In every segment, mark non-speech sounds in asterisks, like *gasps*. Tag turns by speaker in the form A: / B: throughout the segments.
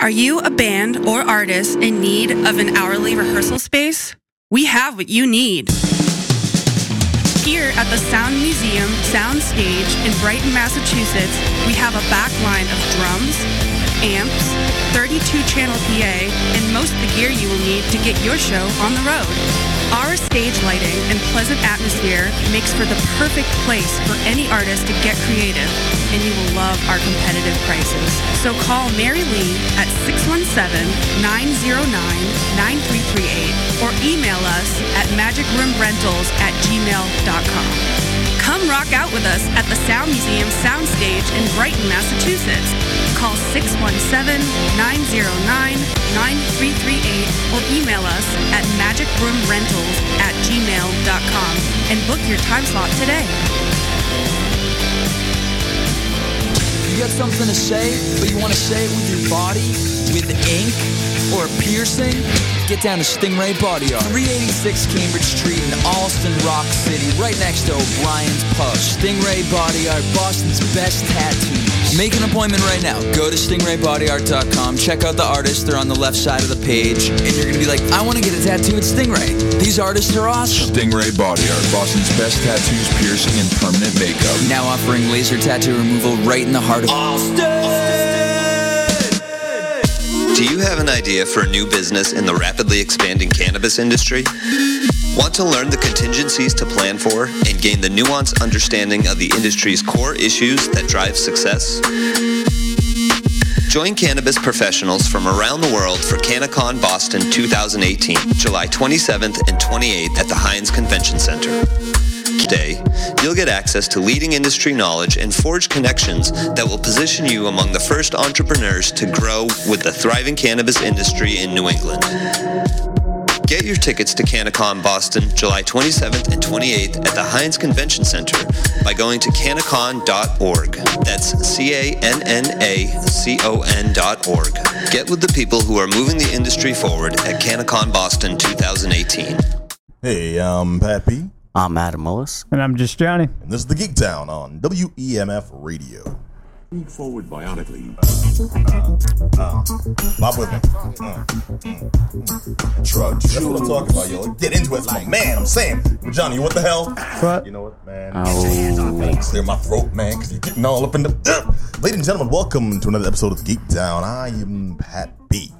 A: Are you a band or artist in need of an hourly rehearsal space? We have what you need. Here at the Sound Museum Soundstage in Brighton, Massachusetts, we have a backline of drums, amps, 32-channel PA, and most of the gear you will need to get your show on the road. Our stage lighting and pleasant atmosphere makes for the perfect place for any artist to get creative, and you will love our competitive prices. So call Mary Lee at 617-909-9338 or email us at magicroomrentals at gmail.com. Come rock out with us at the Sound Museum Soundstage in Brighton, Massachusetts. Call 617-909-9338 or email us at magicroomrentals at gmail.com and book your time slot today.
B: You got something to say, but you want to say it with your body, with ink, or a piercing? Get down to Stingray Body Art. 386 Cambridge Street in Allston, Rock City, right next to O'Brien's Pub. Stingray Body Art, Boston's best tattoos. Make an appointment right now. Go to stingraybodyart.com, check out the artists, they're on the left side of the page, and you're gonna be like, I wanna get a tattoo at Stingray. These artists are awesome.
C: Stingray Body Art, Boston's best tattoos, piercing, and permanent makeup.
B: Now offering laser tattoo removal right in the heart of
D: Do you have an idea for a new business in the rapidly expanding cannabis industry? Want to learn the contingencies to plan for and gain the nuanced understanding of the industry's core issues that drive success? Join cannabis professionals from around the world for CanaCon Boston 2018, July 27th and 28th at the Heinz Convention Center. Today, you'll get access to leading industry knowledge and forge connections that will position you among the first entrepreneurs to grow with the thriving cannabis industry in New England. Get your tickets to Canacon Boston July 27th and 28th at the Heinz Convention Center by going to canacon.org. That's C-A-N-N-A-C-O-N dot org. Get with the people who are moving the industry forward at Canacon Boston 2018.
E: Hey, I'm Pat P,
F: I'm Adam Willis.
G: And I'm
E: *laughs*
G: just Johnny.
E: and this is the Geek Town on WEMF Radio.
H: Move forward bionically.
E: Uh, Bob with me. Mm, mm, mm. Trudge. That's what I'm talking about, yo. Get into it, it's my man. I'm saying, Johnny, what the hell?
G: But
E: You know what, man?
F: Oh,
E: Clear my throat, man, because you're getting all up in the. *clears throat* Ugh. Ladies and gentlemen, welcome to another episode of Geek Town. I am Pat B.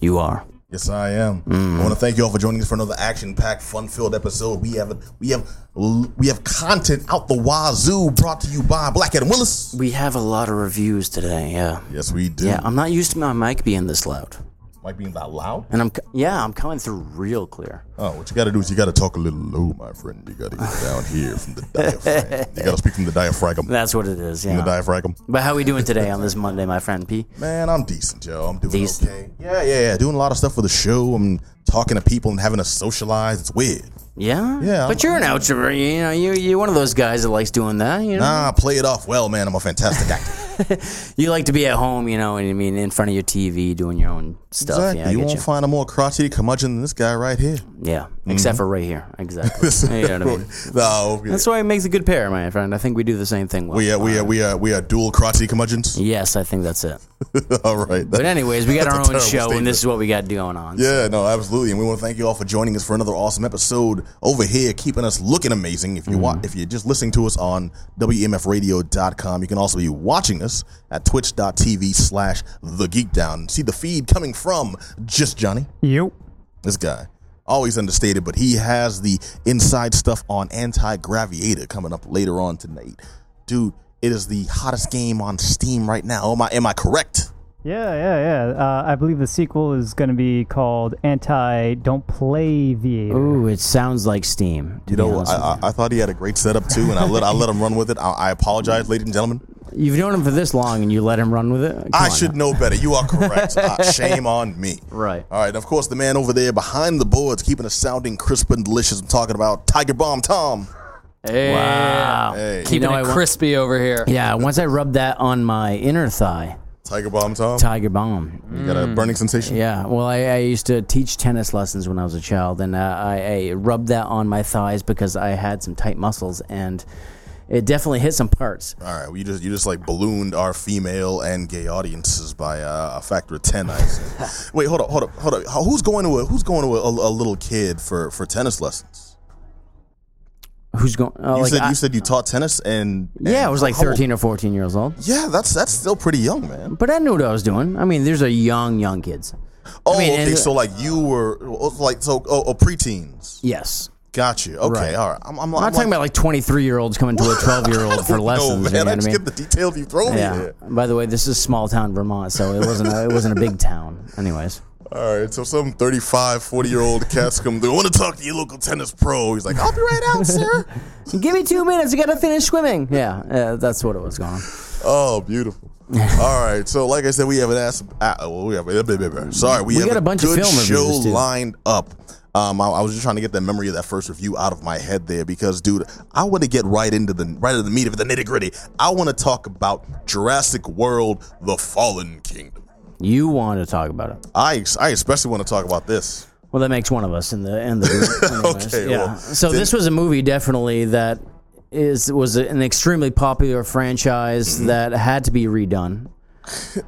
F: you are.
E: Yes, I am. I want to thank you all for joining us for another action-packed, fun-filled episode. We have we have we have content out the wazoo, brought to you by Black Adam Willis.
F: We have a lot of reviews today. Yeah.
E: Yes, we do.
F: Yeah. I'm not used to my mic being this loud,
E: Might be that loud.
F: and I'm c- yeah, I'm coming through real clear.
E: Oh, what you got to do is you got to talk a little low, my friend. You got to get down here from the diaphragm. You got to speak from the diaphragm.
F: That's what it is.
E: From the
F: Yeah.
E: diaphragm.
F: But how we doing today on this Monday, my friend P?
E: Man, I'm decent, yo. I'm doing
F: Decent.
E: okay. Yeah, yeah, yeah. Doing a lot of stuff for the show. I'm talking to people and having to socialize. It's weird.
F: Yeah.
E: Yeah,
F: But
E: I'm-
F: you're an outro. You know, you you're one of those guys that likes doing that. You know.
E: Nah, I play it off well, man. I'm a fantastic actor.
F: You like to be at home. You know, and I mean, in front of your TV, doing your own stuff.
E: exactly.
F: Yeah. I
E: you
F: get
E: won't
F: you.
E: find a more crotchety curmudgeon than this guy right here.
F: yeah.
E: Mm-hmm.
F: Except for right here. Exactly.
E: *laughs*
F: *laughs* you know what I mean?
E: no, we-
F: That's why it makes a good pair, my friend. I think we do the same thing. Well.
E: we are, we are, we are, we are dual crotchety curmudgeons.
F: Yes, I think that's it.
E: *laughs* All right.
F: But anyways, we got
E: That's a
F: our own show,
E: terrible
F: and
E: statement.
F: this is what we got going on.
E: Yeah, no, absolutely, and we want to thank you all for joining us for another awesome episode over here, keeping us looking amazing. If you wa
F: Mm-hmm.
E: if you're just listening to us on WMFRadio.com, you can also be watching us at twitch.tv slash the geek down. See the feed coming from just Johnny,
G: you.
E: this guy. Always understated, but he has the inside stuff on anti graviator coming up later on tonight. Dude, it is the hottest game on Steam right now. Am I am I correct?
G: Yeah, yeah, yeah. Uh, I believe the sequel is going to be called Anti Don't Play Viator.
F: Ooh, it sounds like Steam. to
E: You
F: be
E: know,
F: honest
E: I,
F: with
E: I, I thought he had a great setup too, and I let I let him run with it. I, I apologize, ladies and gentlemen.
F: you. you've known him for this long, and you let him run with it. Come
E: I
F: on
E: should
F: now.
E: know better. You are
F: *laughs*
E: correct. Uh, shame on me.
F: Right.
E: All right. And of course, the man over there behind the boards, keeping us sounding crisp and delicious. I'm talking about Tiger Bomb Tom.
F: Wow.
E: Hey,
I: Keeping
F: know, I
I: it
F: wa-
I: crispy over here.
F: Yeah. Once I rubbed that on my inner thigh,
E: Tiger Bomb Tom.
F: Tiger Bomb.
I: Mm-hmm.
E: you got a burning sensation.
F: Yeah, well, I, I used to teach tennis lessons when I was a child, and uh, I, I rubbed that on my thighs because I had some tight muscles, and It definitely hit some parts.
E: All right, well, you just you just like ballooned our female and gay audiences by uh, a factor of ten. I assume.
F: *laughs*
E: Wait, hold up, hold up, hold up. Who's going to a who's going to a, a little kid for for tennis lessons?
F: Who's going? Oh,
E: You
F: like,
E: said
F: I-
E: you said you taught tennis and,
F: yeah, I
E: and
F: was like
E: how old-
F: thirteen or fourteen years old.
E: Yeah, that's that's still pretty young, man.
F: But I knew what I was doing. I mean, there's a young, young kids.
E: Oh,
F: mean,
E: okay.
F: and-
E: So like you were oh, like so oh, oh preteens.
F: Yes.
E: Got you. Okay,
F: Right.
E: all right. I'm, I'm,
F: I'm not talking about like 23 year olds coming to a 12 year old for lessons.
E: *laughs* No, man,
F: you know
E: I
F: what I
E: just
F: mean?
E: get the details you throw me
F: yeah.
E: there.
F: By the way, this is small town Vermont, so it wasn't a, it wasn't a big town. Anyways,
E: All right, so some 35, 40 year old cats come through. I want to talk to your local tennis pro. He's like, I'll be right out, sir.
F: give me two minutes. I gotta finish swimming. Yeah, uh, that's what it was going on.
E: Oh, beautiful.
F: *laughs*
E: All right, so like I said, we have an ass. Uh, well, we have blah, blah, blah. Sorry, we,
F: We
E: have
F: got a bunch of
E: good
F: film reviews,
E: show
F: too.
E: lined up. Um, I, I was just trying to get that memory of that first review out of my head there because, dude, I want to get right into the right into the meat of it, the nitty gritty. I want to talk about Jurassic World: The Fallen Kingdom.
F: You want to talk about it?
E: I ex- I especially want to talk about this.
F: Well, that makes one of us in the in the group. anyways.
E: *laughs* Okay,
F: yeah.
E: well,
F: so this was a movie definitely that is was an extremely popular franchise
E: Mm-hmm.
F: that had to be redone.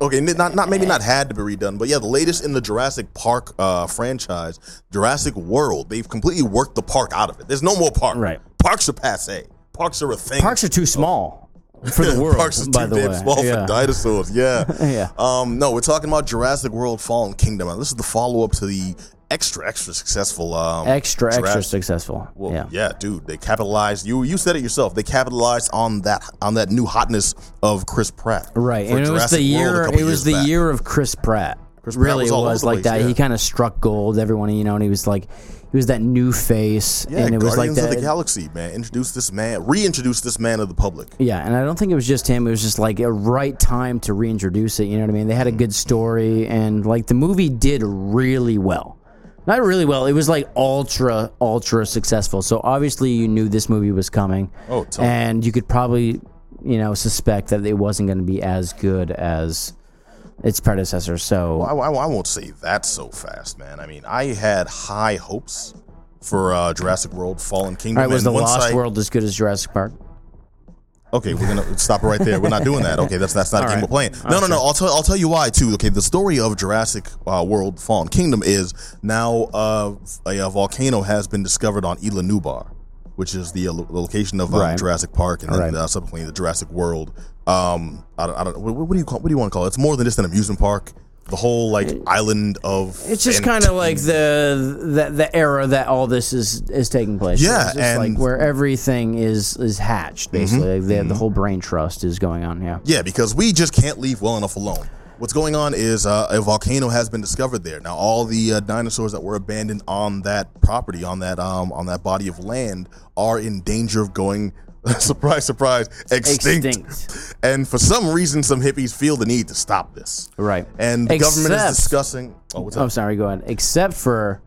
E: Okay, n- not not maybe not had to be redone, but yeah, the latest in the Jurassic Park uh, franchise, Jurassic World, they've completely worked the park out of it. There's no more park.
F: Right.
E: Parks are passe. Parks are a thing.
F: Parks are too small for the world.
E: *laughs* Parks are
F: by
E: too
F: the
E: damn
F: way,
E: small
F: yeah.
E: for dinosaurs. Yeah.
F: *laughs* Yeah.
E: Um, no, we're talking about Jurassic World Fallen Kingdom. Now, This is the follow up to the extra extra successful um,
F: extra extra
E: Jurassic-
F: successful.
E: Well, yeah.
F: yeah.
E: dude, they capitalized. You you said it yourself. They capitalized on that on that new hotness of Chris Pratt.
F: Right,
E: for
F: and it was the
E: Jurassic World a
F: year.
E: couple
F: It was
E: years
F: the
E: back.
F: year of Chris Pratt.
E: Chris Pratt
F: really
E: was
F: it
E: all over
F: was
E: the
F: like
E: place,
F: that.
E: yeah.
F: He kind of struck gold. Everyone, you know, and he was like, he was that new face,
E: Yeah,
F: and it was
E: Guardians
F: like
E: of
F: that.
E: the Galaxy, man. Introduce this man, reintroduce this man to the public.
F: yeah, and I don't think it was just him. It was just like a right time to reintroduce it. You know what I mean? They had a good story, and like the movie did really well. Not really well. It was like ultra, ultra successful. So obviously, you knew this movie was coming.
E: Oh, totally.
F: and you could probably, you know, suspect that it wasn't going to be as good as its predecessor. So
E: I, I, I won't say that so fast, man. I mean, I had high hopes for uh, Jurassic World: Fallen Kingdom.
F: All right, was
E: and
F: the
E: once
F: Lost
E: I-
F: World as good as Jurassic Park?
E: Okay, we're gonna stop it right there. We're not doing that. Okay, that's that's not a
F: All
E: game
F: right.
E: we're playing. No, no, no. I'll tell I'll tell you why too. Okay, the story of Jurassic uh, World: Fallen Kingdom is now uh, a, a volcano has been discovered on Isla Nubar, which is the uh, lo- location of um,
F: Right.
E: Jurassic Park and then
F: Right.
E: uh, subsequently the Jurassic World. Um, I don't, I don't what, what do you call what do you want to call it? It's more than just an amusement park. The whole like island of
F: It's just
E: and-
F: kind of like the, the the era that all this is is taking place. in.
E: Yeah,
F: It's just
E: and- Mm-hmm.
F: like where everything is is hatched basically. Like, the, the whole brain trust is going on. Yeah,
E: Yeah, because we just can't leave well enough alone. What's going on is uh, a volcano has been discovered there. Now, all the uh, dinosaurs that were abandoned on that property, on that um, on that body of land, are in danger of going *laughs* surprise, surprise, extinct.
F: Extinct.
E: And for some reason, some hippies feel the need to stop this.
F: right.
E: And the government is
F: Except-
E: discussing. Oh, what's
F: I'm
E: up?
F: sorry. Go ahead. Except for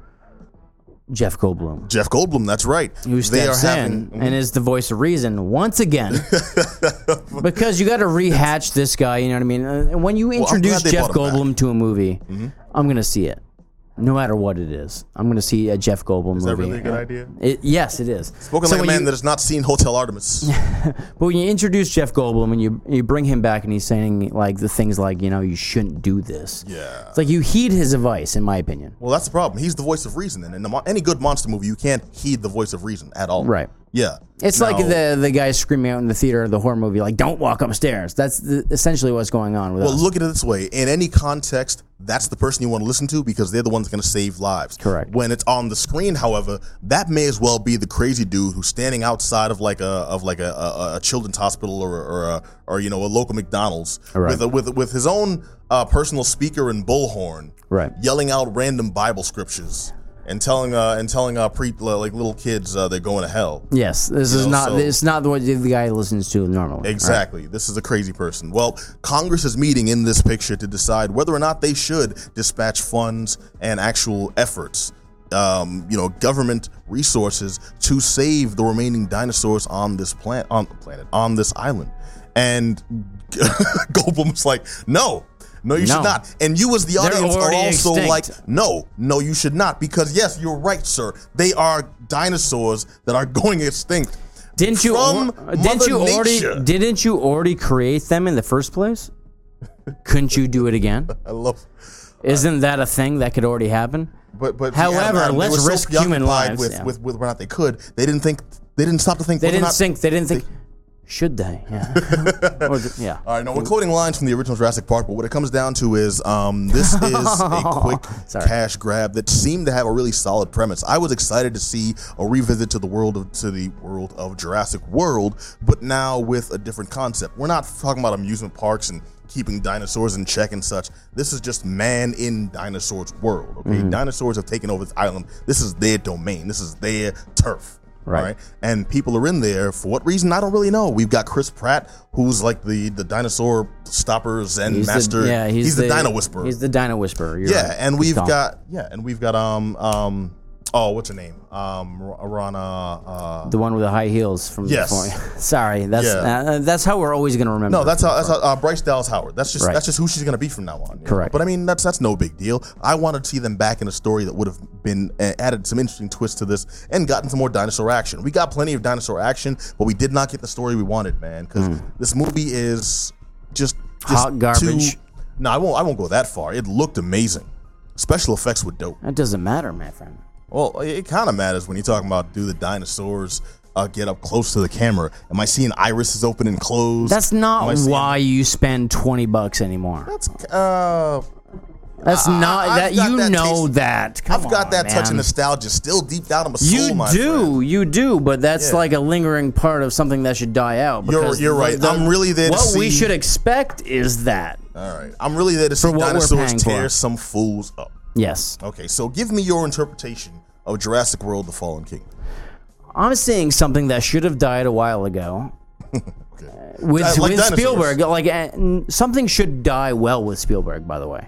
F: Jeff Goldblum,
E: Jeff Goldblum. That's right.
F: who steps Oh. in and is the voice of reason
E: *laughs*
F: once again, because you got to rehatch this guy. You know what I mean? Uh, And when you
E: I'm glad
F: introduce
E: they
F: Jeff
E: brought him Mm-hmm.
F: Goldblum to a movie, I'm gonna see it. No matter what it is, I'm gonna see a Jeff Goldblum
E: that
F: movie.
E: really a good idea?
F: It, yes, it is.
E: Spoken
F: So
E: like a
F: when
E: man
F: you-
E: that has not seen Hotel
F: *laughs*
E: Artemis.
F: But when you introduce Jeff Goldblum and you you bring him back and he's saying like the things like you know you shouldn't do this.
E: Yeah.
F: It's like you heed his advice, in my opinion.
E: Well, that's the problem. He's the voice of reason, and in the, mo- any good monster movie, you can't heed the voice of reason at all.
F: Right.
E: Yeah.
F: It's like
E: Now-
F: the the guy screaming out in the theater of the horror movie, like "Don't walk upstairs." That's the, essentially what's going on with
E: Well,
F: us.
E: look at it this way: in any context, that's the person you want to listen to because they're the ones going to save lives.
F: Correct.
E: When it's on the screen, however, that may as well be the crazy dude who's standing outside of like a of like a, a, a children's hospital or or, a, or you know a local McDonald's
F: Right.
E: with a, with with his own uh, personal speaker and bullhorn,
F: Right.
E: Yelling out random Bible scriptures and telling uh, and telling uh, pre like little kids uh, they're going to hell.
F: yes, this
E: you
F: is
E: know,
F: not
E: so-
F: it's not what the guy listens to normally.
E: Exactly. This is a crazy person. Well, Congress is meeting in this picture to decide whether or not they should dispatch funds and actual efforts, um, you know, government resources to save the remaining dinosaurs on this planet, on the planet, on this island. And *laughs* Goldblum's like, no. No, you
F: No.
E: should not. And you, as the
F: They're
E: audience, are
F: already
E: also
F: extinct.
E: like, no, no, you should not. Because yes, you're right, sir. They are dinosaurs that are going extinct.
F: Didn't you?
E: From
F: or- didn't you
E: Mother
F: already?
E: Nature.
F: Didn't you already create them in the first
E: *laughs*
F: place? Couldn't you do it again?
E: I love.
F: Isn't that a thing that could already happen?
E: But but
F: However,
E: they
F: let's
E: were so
F: risk human
E: preoccupied
F: lives
E: with,
F: now.
E: with with whether or not they could. They didn't think. They didn't stop to think.
F: They
E: whether or
F: didn't
E: not-
F: think. They didn't think. should they? Yeah.
E: *laughs*
F: Or the- yeah. *laughs*
E: All right, no, we're quoting lines from the original Jurassic Park, but what it comes down to is um,
F: *laughs*
E: this is a quick
F: Sorry.
E: cash grab that seemed to have a really solid premise. I was excited to see a revisit to the world of to the world of Jurassic World, but now with a different concept. We're not talking about amusement parks and keeping dinosaurs in check and such. This is just man in dinosaurs' world. Okay,
F: Mm.
E: dinosaurs have taken over this island. This is their domain. This is their turf.
F: Right.
E: All right. And people are in there for what reason? I don't really know. We've got Chris Pratt, who's like the the dinosaur stopper Zen
F: He's the-
E: master.
F: yeah, he's,
E: the, Dino Whisperer.
F: He's the Dino Whisperer. You're
E: yeah,
F: right.
E: and
F: He's
E: we've
F: gone.
E: got yeah, and we've got um um oh what's her name um R- Rana uh
F: the one with the high heels from. the
E: Yes.
F: form- *laughs* Sorry, that's
E: Yeah.
F: uh, that's how we're always gonna remember.
E: no that's how that's how uh, Bryce Dallas Howard that's just
F: Right.
E: that's just who she's gonna be from now on you know?
F: Correct.
E: but I mean that's that's no big deal I wanted to see them back in a story that would have been uh, added some interesting twists to this and gotten some more dinosaur action we got plenty of dinosaur action but we did not get the story we wanted man because this movie is just, just
F: Hmm. Hot
E: too-
F: garbage.
E: no I won't I won't go that far it looked amazing special effects were dope.
F: That doesn't matter, my friend.
E: Well, it kind of matters when you're talking about do the dinosaurs uh, get up close to the camera? Am I seeing irises open and close?
F: That's
E: Am I
F: not
E: seeing-
F: why you spend twenty bucks anymore.
E: That's uh,
F: That's not
E: I've
F: that
E: got
F: you
E: that
F: know
E: taste-
F: that. Come
E: I've got
F: on,
E: that touch of
F: man.
E: nostalgia still deep down in my soul.
F: You
E: my
F: do,
E: friend.
F: you do, but that's like a lingering part of something that should die out.
E: You're-
F: because
E: you're right. I'm really there to
F: What we
E: see-
F: should expect is that
E: All right, I'm really there to see
F: what we're
E: dinosaurs
F: paying
E: tear
F: for.
E: some fools up.
F: yes,
E: Okay, so give me your interpretation of Jurassic World: The Fallen Kingdom.
F: I'm seeing something that should have died a
E: *laughs*
F: while ago. With,
E: Uh, like
F: with
E: dinosaurs.
F: Spielberg, like uh, n- something should die well with Spielberg. By the way,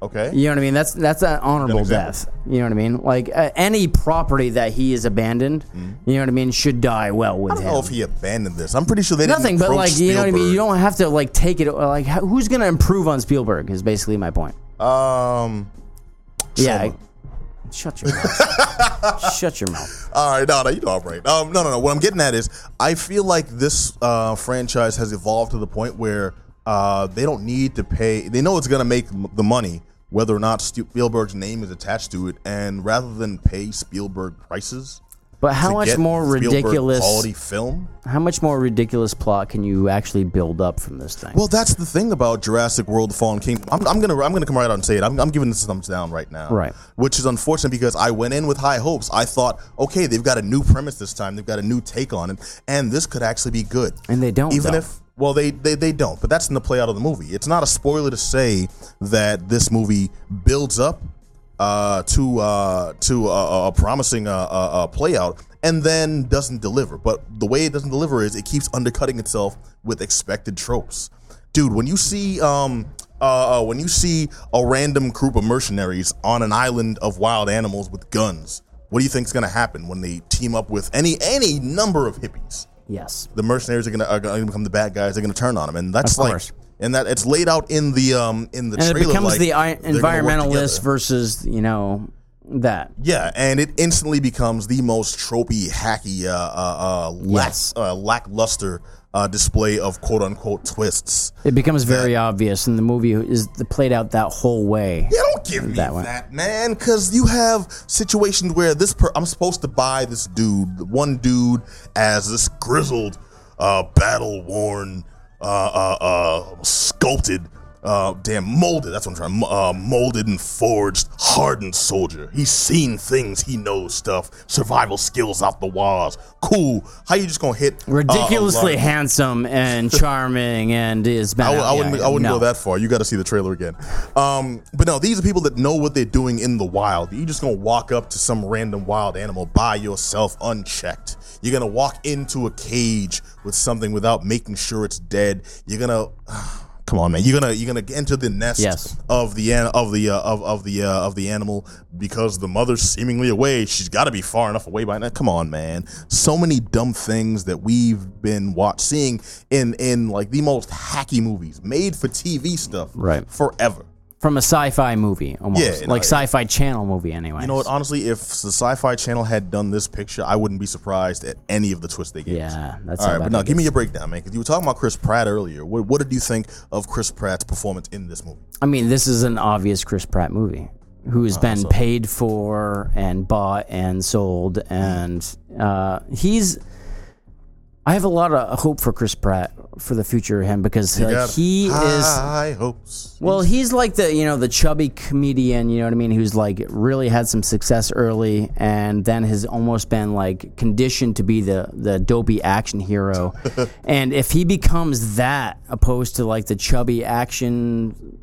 E: Okay,
F: you know what I mean. That's that's an honorable
E: example.
F: death. You know what I mean. Like uh, any property that he is abandoned, you know what I mean, should die well with
E: Mm-hmm. I don't
F: him.
E: know if he abandoned this. I'm pretty sure they didn't
F: Nothing, but
E: approach
F: like you know what I mean. You
E: Spielberg.
F: don't have to like take it. Like who's gonna improve on Spielberg is basically my point.
E: Um,
F: Yeah. I- shut your
E: *laughs*
F: mouth. shut your mouth.
E: All right, no, no, you know I'm right. Um, no, no, no. What I'm getting at is, I feel like this uh, franchise has evolved to the point where uh, they don't need to pay. They know it's going to make m- the money, whether or not Stu- Spielberg's name is attached to it. And rather than pay Spielberg prices,
F: But how
E: to
F: much
E: get
F: more
E: Spielberg
F: ridiculous?
E: quality film?
F: How much more ridiculous plot can you actually build up from this thing?
E: Well, that's the thing about Jurassic World: The Fallen Kingdom. I'm, I'm gonna I'm gonna come right out and say it. I'm, I'm giving this a thumbs down right now.
F: Right.
E: Which is unfortunate because I went in with high hopes. I thought, okay, they've got a new premise this time. They've got a new take on it, and this could actually be good.
F: And they don't,
E: Even
F: though.
E: if well, they, they they don't. But that's in the play out of the movie. It's not a spoiler to say that this movie builds up uh, to uh, to a, a promising uh, uh, uh, play out and then doesn't deliver. But the way it doesn't deliver is it keeps undercutting itself with expected tropes. Dude, when you see um, uh, uh, when you see a random group of mercenaries on an island of wild animals with guns, what do you think's gonna happen when they team up with any any number of hippies?
F: yes.
E: the mercenaries are gonna, are gonna become the bad guys. They're gonna turn on them, and that's
F: Of
E: like,
F: course.
E: and that it's laid out in the um in the
F: And it
E: trailer.
F: becomes
E: like,
F: the i-
E: they're gonna work
F: environmentalist
E: together.
F: versus you know that.
E: Yeah, and it instantly becomes the most tropey, hacky, uh, uh, uh, lack,
F: Yes.
E: uh lackluster uh, display of quote unquote twists.
F: It becomes very obvious, and the movie is played out that whole way.
E: Yeah, don't give me
F: That
E: that,
F: one.
E: man. Because you have situations where this per- I'm supposed to buy this dude, the one dude, as this grizzled, uh, battle worn, uh, uh, uh, sculpted, uh, damn molded. That's what I'm trying. Uh, molded and forged, hardened soldier. He's seen things. He knows stuff. Survival skills out the walls. Cool. How you just gonna hit uh, a
F: Ridiculously
E: large- *laughs*
F: handsome and charming, and is.
E: I, would,
F: yeah,
E: I wouldn't. I wouldn't
F: no.
E: go that far. You got to see the trailer again. Um, but no, these are people that know what they're doing in the wild. You're just gonna walk up to some random wild animal by yourself, unchecked. You're gonna walk into a cage with something without making sure it's dead. You're gonna. *sighs* Come on, man. You're gonna you're gonna enter the nest
F: Yes.
E: of the an- of the uh, of of the uh, of the animal because the mother's seemingly away. She's got to be far enough away by now. Come on, man. So many dumb things that we've been watch seeing in in like the most hacky movies, made for TV stuff,
F: Right.
E: Forever.
F: from a sci-fi movie almost,
E: Yeah, no,
F: like
E: yeah.
F: sci-fi channel movie anyway.
E: You know what? Honestly, if the Sci-Fi Channel had done this picture, I wouldn't be surprised at any of the twists they gave. us.
F: Yeah, that's
E: All
F: how
E: right,
F: bad
E: but now
F: it
E: give me
F: is.
E: your breakdown, man. Because you were talking about Chris Pratt earlier. What, what did you think of Chris Pratt's performance in this movie?
F: I mean, this is an obvious Chris Pratt movie who
E: Oh,
F: has been paid for and bought and sold. And uh, he's. I have a lot of hope for Chris Pratt for the future of him because like,
E: Got
F: Uh, he is.
E: high hopes.
F: Well, he's like the you know the chubby comedian, you know what I mean, who's like really had some success early, and then has almost been like conditioned to be the the dopey
E: *laughs*
F: action hero. and if he becomes that opposed to like the chubby action,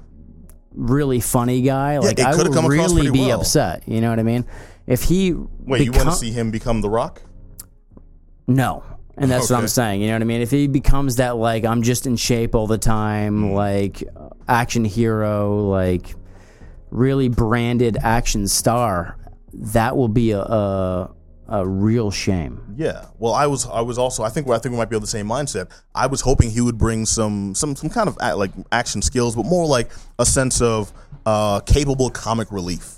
F: really funny guy, like
E: it
F: I
E: could've
F: would
E: come across
F: really
E: pretty
F: be
E: well.
F: upset. You know what I mean? If he
E: Wait, you want
F: become-
E: to see him become The Rock?
F: no. And that's what
E: Okay.
F: I'm saying. You know what I mean? If he becomes that, like, I'm just in shape all the time, like, uh, action hero, like, really branded action star, that will be a, a, a real shame.
E: Yeah. Well, I was. I was also. I think. I think we might be of the same mindset. I was hoping he would bring some some some kind of a- like action skills, but more like a sense of uh, capable comic relief.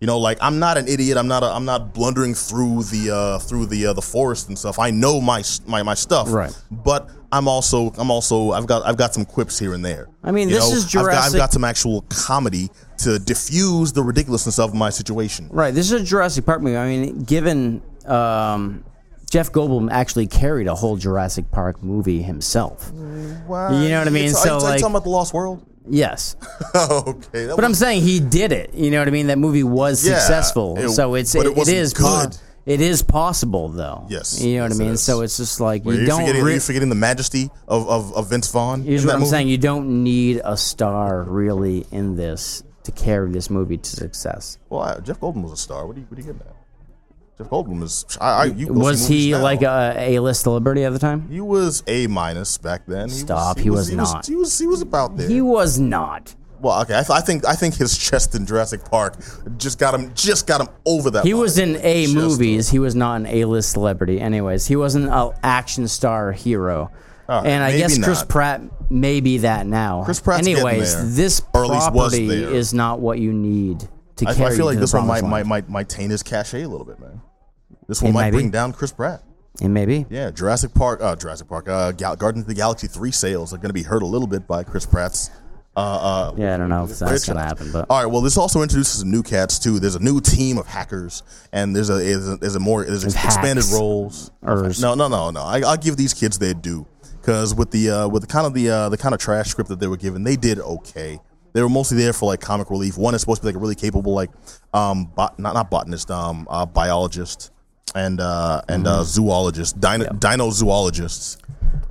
E: You know, like I'm not an idiot. I'm not. A, I'm not blundering through the uh, through the uh, the forest and stuff. I know my s- my my stuff.
F: Right.
E: But I'm also. I'm also. I've got. I've got some quips here and there.
F: I mean,
E: You
F: this is
E: I've got, I've
F: Jurassic-
E: got some actual comedy to diffuse the ridiculousness of my situation.
F: Right. This is a Jurassic Park movie. I mean, given um, Jeff Goldblum actually carried a whole Jurassic Park movie himself.
E: Wow.
F: You know what I mean?
E: It's-
F: So,
E: are you- are you
F: like-
E: talking about the Lost World.
F: Yes.
E: *laughs* okay. that
F: But I'm
E: was-
F: saying he did it. You know what I mean? That movie was
E: Yeah,
F: successful.
E: it-
F: so it's
E: but
F: it,
E: it wasn't
F: it is po-
E: good.
F: it is possible though.
E: Yes,
F: You know what
E: yes,
F: I
E: it
F: mean?
E: is.
F: So it's just like
E: Wait,
F: you
E: you're
F: don't
E: forgetting,
F: re-
E: you're forgetting the majesty of, of, of Vince Vaughn.
F: Here's
E: in
F: what
E: that
F: I'm
E: movie?
F: saying. You don't need a star really in this to carry this movie to success.
E: Well, I, Jeff Goldblum was a star. What are you, what are you getting at? Jeff Goldblum is. I, I, you go see
F: was he
E: movies now.
F: like a A list celebrity at the time?
E: He was a minus back then. He
F: Stop, he was not.
E: He was. He was about there.
F: He was not.
E: well, okay. I, th- I think. I think his chest in Jurassic Park just got him. Just got him over that.
F: He
E: line.
F: was in A
E: Just-
F: movies. He was not an A list celebrity. Anyways, he wasn't an action star hero.
E: All right,
F: and I
E: maybe
F: guess Chris
E: not.
F: Pratt may be that now.
E: Chris Pratt's getting
F: Anyways,
E: there.
F: this
E: Or at least was
F: property
E: there.
F: is not what you need to
E: I, I
F: carry.
E: feel like
F: to
E: this
F: the
E: one might,
F: promised
E: might
F: land.
E: might might taint his cachet a little bit, man. This one
F: It
E: might,
F: might be.
E: bring down Chris Pratt.
F: It may be.
E: Yeah, Jurassic Park, uh, Jurassic Park, uh, Gal- Guardians of the Galaxy three sales are going to be hurt a little bit by Chris Pratt's. Uh, uh,
F: Yeah, I don't know if that's gonna happen, but
E: all right. Well, this also introduces some new cats too. There's a new team of hackers, and there's a there's a, there's a more there's,
F: There's
E: expanded
F: hacks.
E: roles.
F: Ers.
E: No, no, no, no. I, I'll give these kids their due because with the uh, with the kind of the uh, the kind of trash script that they were given, they did okay. They were mostly there for like comic relief. One is supposed to be like a really capable like um bot, not not botanist um uh, biologist and uh and
F: Mm-hmm.
E: uh zoologist dino, dino zoologists.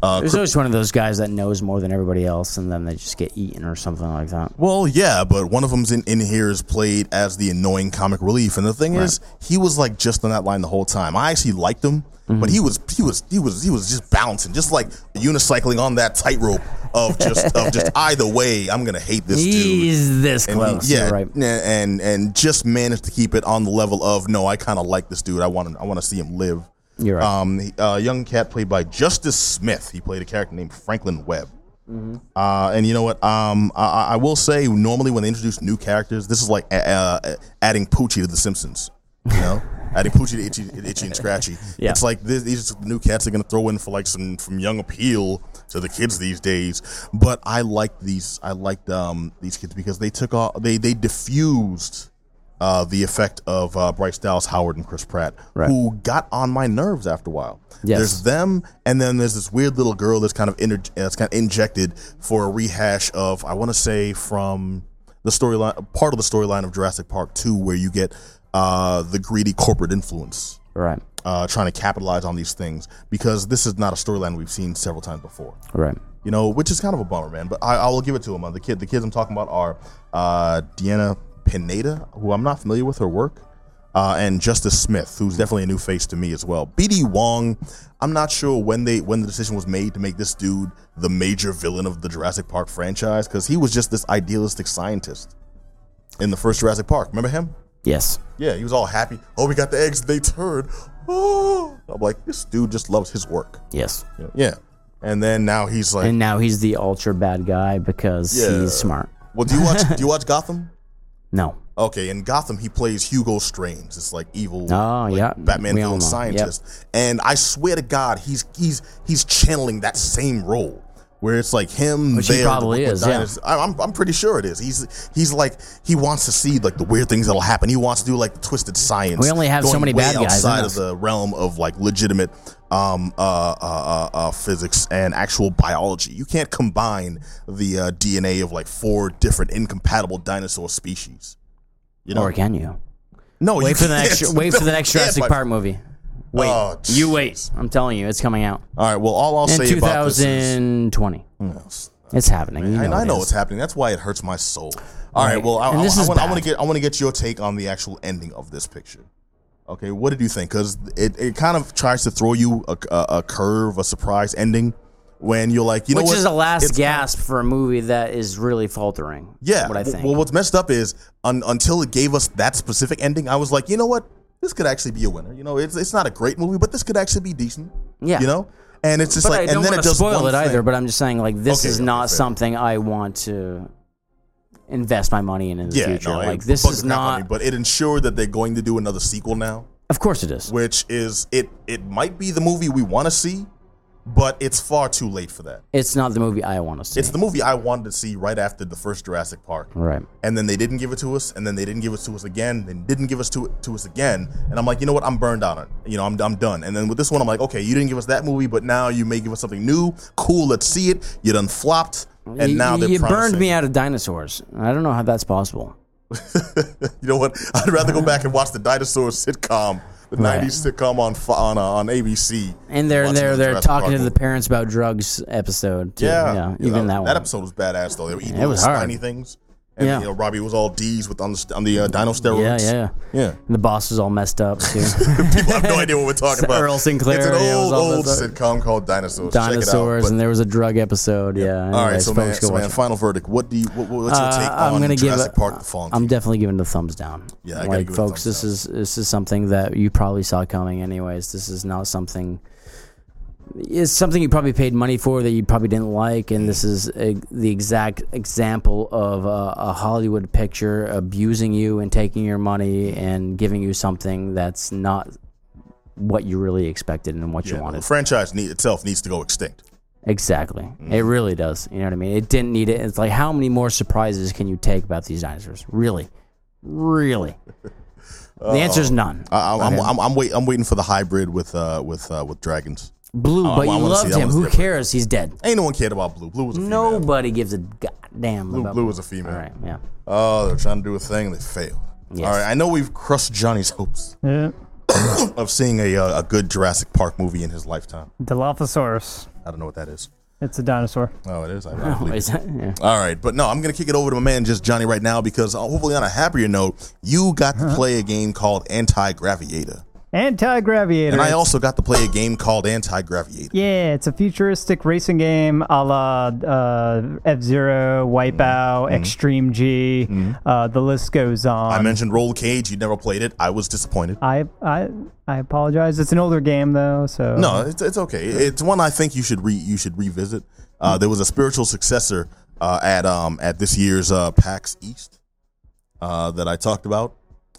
E: Uh,
F: there's always one of those guys that knows more than everybody else, and then they just get eaten or something like that.
E: Well, yeah, but one of them's in, in here is played as the annoying comic relief, and the thing is, he was like just on that line the whole time. I actually liked him, but
F: Mhm.
E: he was he was he was he was just bouncing, just like unicycling on that tightrope of just of
F: *laughs*
E: just either way, I'm gonna hate this dude.
F: He's this
E: And he-
F: close.
E: yeah,
F: you're right.
E: yeah, and and just managed to keep it on the level of no, I kind of like this dude. I want him, I want to see him live.
F: You're right.
E: Um, he- uh, young cat played by Justice Smith. He played a character named Franklin Webb. Uh, and you know what? Um, I- I, I will say normally when they introduce new characters, this is like uh, uh, adding Poochie to the Simpsons. You know, adding Poochie to Itchy, Itchy and Scratchy.
F: Yeah.
E: It's like this, these are new cats they're gonna throw in for like some from young appeal to the kids these days. But I liked these. I liked um, these kids because they took all they they diffused uh, the effect of uh, Bryce Dallas Howard and Chris Pratt,
F: Right.
E: who got on my nerves after a while.
F: Yes.
E: There's them, and then there's this weird little girl that's kind of inter- that's kind of injected for a rehash of I want to say from the storyline, part of the storyline of Jurassic Park Two, where you get uh, the greedy corporate influence
F: Right.
E: uh, trying to capitalize on these things because this is not a storyline we've seen several times before
F: Right.
E: you know, which is kind of a bummer, man. But I, I will give it to him. Uh, The kid, the kids I'm talking about are uh, Deanna Pineda, who I'm not familiar with her work, uh, and Justice Smith, who's definitely a new face to me as well. BD Wong, I'm not sure when they when the decision was made to make this dude the major villain of the Jurassic Park franchise because he was just this idealistic scientist in the first Jurassic Park. Remember him?
F: Yes.
E: Yeah, he was all happy. Oh, we got the eggs. They turned. *gasps* Oh, I'm like, this dude just loves his work.
F: Yes.
E: Yeah, and then now he's like.
F: And now he's the ultra bad guy because
E: Yeah.
F: he's smart.
E: Well, do you watch? do you watch Gotham?
F: No.
E: Okay, in Gotham, he plays Hugo Strange. It's like evil.
F: Oh,
E: like,
F: yeah.
E: Batman
F: We all
E: villain
F: know.
E: scientist. And I swear to God, he's he's he's channeling that same role. Where it's like him,
F: Which he
E: there, the
F: probably
E: Brooklyn
F: is, yeah.
E: Dynast- I- I'm, I'm pretty sure it is. He's he's like he wants to see like the weird things that'll happen. He wants to do like the twisted science.
F: We only have so
E: going
F: many
E: way
F: bad guys,
E: outside
F: isn't
E: of the realm of like legitimate um, uh, uh, uh, uh, physics and actual biology. You can't combine the uh, DNA of like four different incompatible dinosaur species. You know,
F: Or can you?
E: no,
F: Wait
E: you
F: for the
E: can't.
F: next. Wait for the
E: *laughs* No,
F: next
E: you can't,
F: Jurassic
E: my-
F: Park movie. Wait.
E: Oh,
F: you wait. I'm telling you, it's coming out
E: All right. Well, all I'll
F: in
E: say about this is,
F: 2020. It's happening. You
E: I,
F: know
E: I
F: it
E: know
F: is.
E: what's happening. That's why it hurts my soul. All right.
F: Right.
E: Well, I,
F: And this
E: I, I,
F: is
E: want, I
F: bad.
E: want to get I want to get your take on the actual ending of this picture. Okay, what did you think? Because it, it kind of tries to throw you a, a, a curve, a surprise ending, when you're like, you know,
F: Which
E: what?
F: is a last
E: It's-
F: gasp for a movie that is really faltering.
E: Yeah.
F: What I
E: w-
F: think.
E: Well, what's messed up is un- until it gave us that specific ending, I was like, you know what? This could actually be a winner. You know, it's it's not a great movie, but this could actually be decent.
F: Yeah.
E: You know, and it's just
F: but
E: like,
F: I don't
E: and then
F: want
E: it
F: to
E: does
F: spoil
E: one
F: it either.
E: thing.
F: But I'm just saying, like, this
E: Okay,
F: is
E: okay,
F: not
E: fair.
F: something I want to invest my money in in the future.
E: it
F: like, this
E: bugged
F: is
E: the crap out of
F: not.
E: me, but it ensured that they're going to do another sequel now,
F: of course, it is.
E: which is it. It might be the movie we want to see, but it's far too late for that.
F: It's not the movie I want to see.
E: It's the movie I wanted to see right after the first Jurassic Park.
F: Right.
E: And then they didn't give it to us, and then they didn't give it to us again, and didn't give us to to us again. And I'm like, you know what? I'm burned on it. You know, I'm I'm done. And then with this one, I'm like, okay, you didn't give us that movie, but now you may give us something new. Cool, let's see it. You done flopped, and
F: You-
E: now they're
F: you burned
E: promising-
F: me out of dinosaurs. I don't know how that's possible.
E: You know what? *laughs* I'd rather go back and watch the dinosaur sitcom, the
F: Right.
E: '90s sitcom on Fo- on uh, on ABC.
F: And they're
E: Watching
F: they're
E: the
F: they're
E: Jurassic
F: talking
E: Park
F: to the
E: movie.
F: parents about drugs episode. Too.
E: Yeah,
F: Yeah,
E: You
F: even
E: know,
F: that one.
E: That episode was badass though. They were eating
F: It was
E: little
F: hard.
E: tiny things. And
F: Yeah.
E: you know, Robbie was all D's with on the on the uh, dino
F: yeah,
E: steroids.
F: yeah,
E: yeah.
F: And the boss was all messed
E: *laughs*
F: up too. *laughs*
E: People have no idea what we're talking
F: It's
E: about.
F: Earl Sinclair,
E: It's an
F: yeah, it was
E: old
F: all
E: old
F: those-
E: sitcom called Dinosaurs. Check it out,
F: Dinosaurs,
E: but-
F: and there was a drug episode. Yeah.
E: all right,
F: anyways,
E: so man,
F: folks, go
E: so
F: watch
E: man,
F: it.
E: final verdict. What do you what, what's your
F: Uh,
E: take
F: I'm
E: on
F: gonna give
E: Jurassic
F: it-
E: Park: The Fallen
F: I'm
E: Kingdom?
F: definitely giving it a thumbs down.
E: Yeah, I gotta
F: like
E: give it a
F: folks,
E: thumbs
F: this is this is something that you probably saw coming. Anyways, this is not something. It's something you probably paid money for that you probably didn't like, and this is a, the exact example of a, a Hollywood picture abusing you and taking your money and giving you something that's not what you really expected and what you
E: Yeah,
F: wanted.
E: the franchise need, itself needs to go extinct.
F: Exactly.
E: Mm-hmm.
F: It really does. You know what I mean? It didn't need it. It's like how many more surprises can you take about these dinosaurs? Really?
E: *laughs*
F: Really? The answer is none.
E: I, I'm, I'm, I'm, I'm wait, I'm waiting for the hybrid with uh with uh, with dragons.
F: Blue,
E: Oh, I-
F: but
E: I
F: you
E: wanna see-
F: loved
E: I wanna
F: him.
E: see
F: Who
E: that, but-
F: cares? He's dead.
E: Ain't no one cared about blue. Blue was a female.
F: Nobody gives a goddamn
E: Blue,
F: about
E: blue was a female.
F: All right, yeah.
E: Oh, they're trying to do a thing. They fail.
F: Yes.
E: All right. I know we've crushed Johnny's hopes
G: Yeah.
E: of seeing a uh, a good Jurassic Park movie in his lifetime.
G: Dilophosaurus.
E: I don't know what that is.
G: It's a dinosaur.
E: Oh, it is. I, I believe.
F: Is that- yeah.
E: All right, but no, I'm gonna kick it over to my man, just Johnny, right now because uh, hopefully on a happier note, you got to play a game called Anti Graviator,
G: Anti Graviator.
E: and I also got to play a game called Anti Graviator.
G: Yeah, it's a futuristic racing game a la uh, F Zero, Wipeout,
E: Mm-hmm.
G: Extreme G. Uh, the list goes on.
E: I mentioned Roll Cage. You never played it. I was disappointed.
G: I, I I apologize. It's an older game though, so
E: No, it's, it's okay. It's one I think you should re you should revisit. Uh, there was a spiritual successor uh, at um at this year's uh, PAX East uh, that I talked about.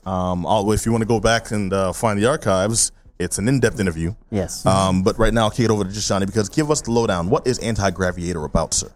E: Um, I'll, if you want to go back and uh, find the archives, it's an in depth interview.
F: Yes.
E: Um, but right now, I'll kick it over to just Johnny because give us the lowdown. What is anti graviator about, sir?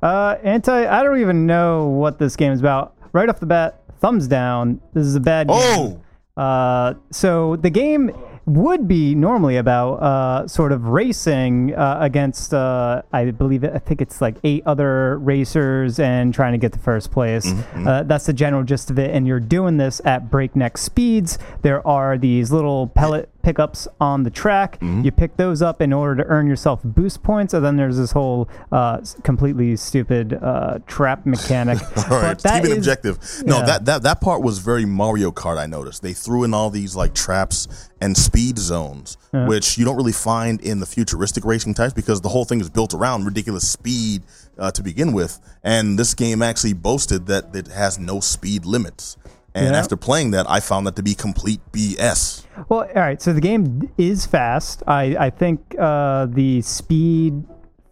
G: Uh, anti. I don't even know what this game is about. Right off the bat, thumbs down. This is a bad game.
E: Oh,
G: Uh, so the game would be normally about uh, sort of racing uh, against uh, I believe I think it's like eight other racers and trying to get the first place.
E: Mm-hmm,
G: Uh, that's the general gist of it. And you're doing this at breakneck speeds. There are these little pellet pickups on the track.
E: Mm-hmm.
G: You pick those up in order to earn yourself boost points. And then there's this whole uh, s- completely stupid uh, trap mechanic.
E: *laughs* all right.
G: But that
E: Keep it
G: is-
E: objective. No,
G: yeah.
E: that, that that part was very Mario Kart. I noticed they threw in all these like traps and speed zones, which you don't really find in the futuristic racing types because the whole thing is built around ridiculous speed uh, to begin with. And this game actually boasted that it has no speed limits. And
G: Yeah.
E: after playing that, I found that to be complete BS.
G: Well, all right. So the game is fast. I I think uh, the speed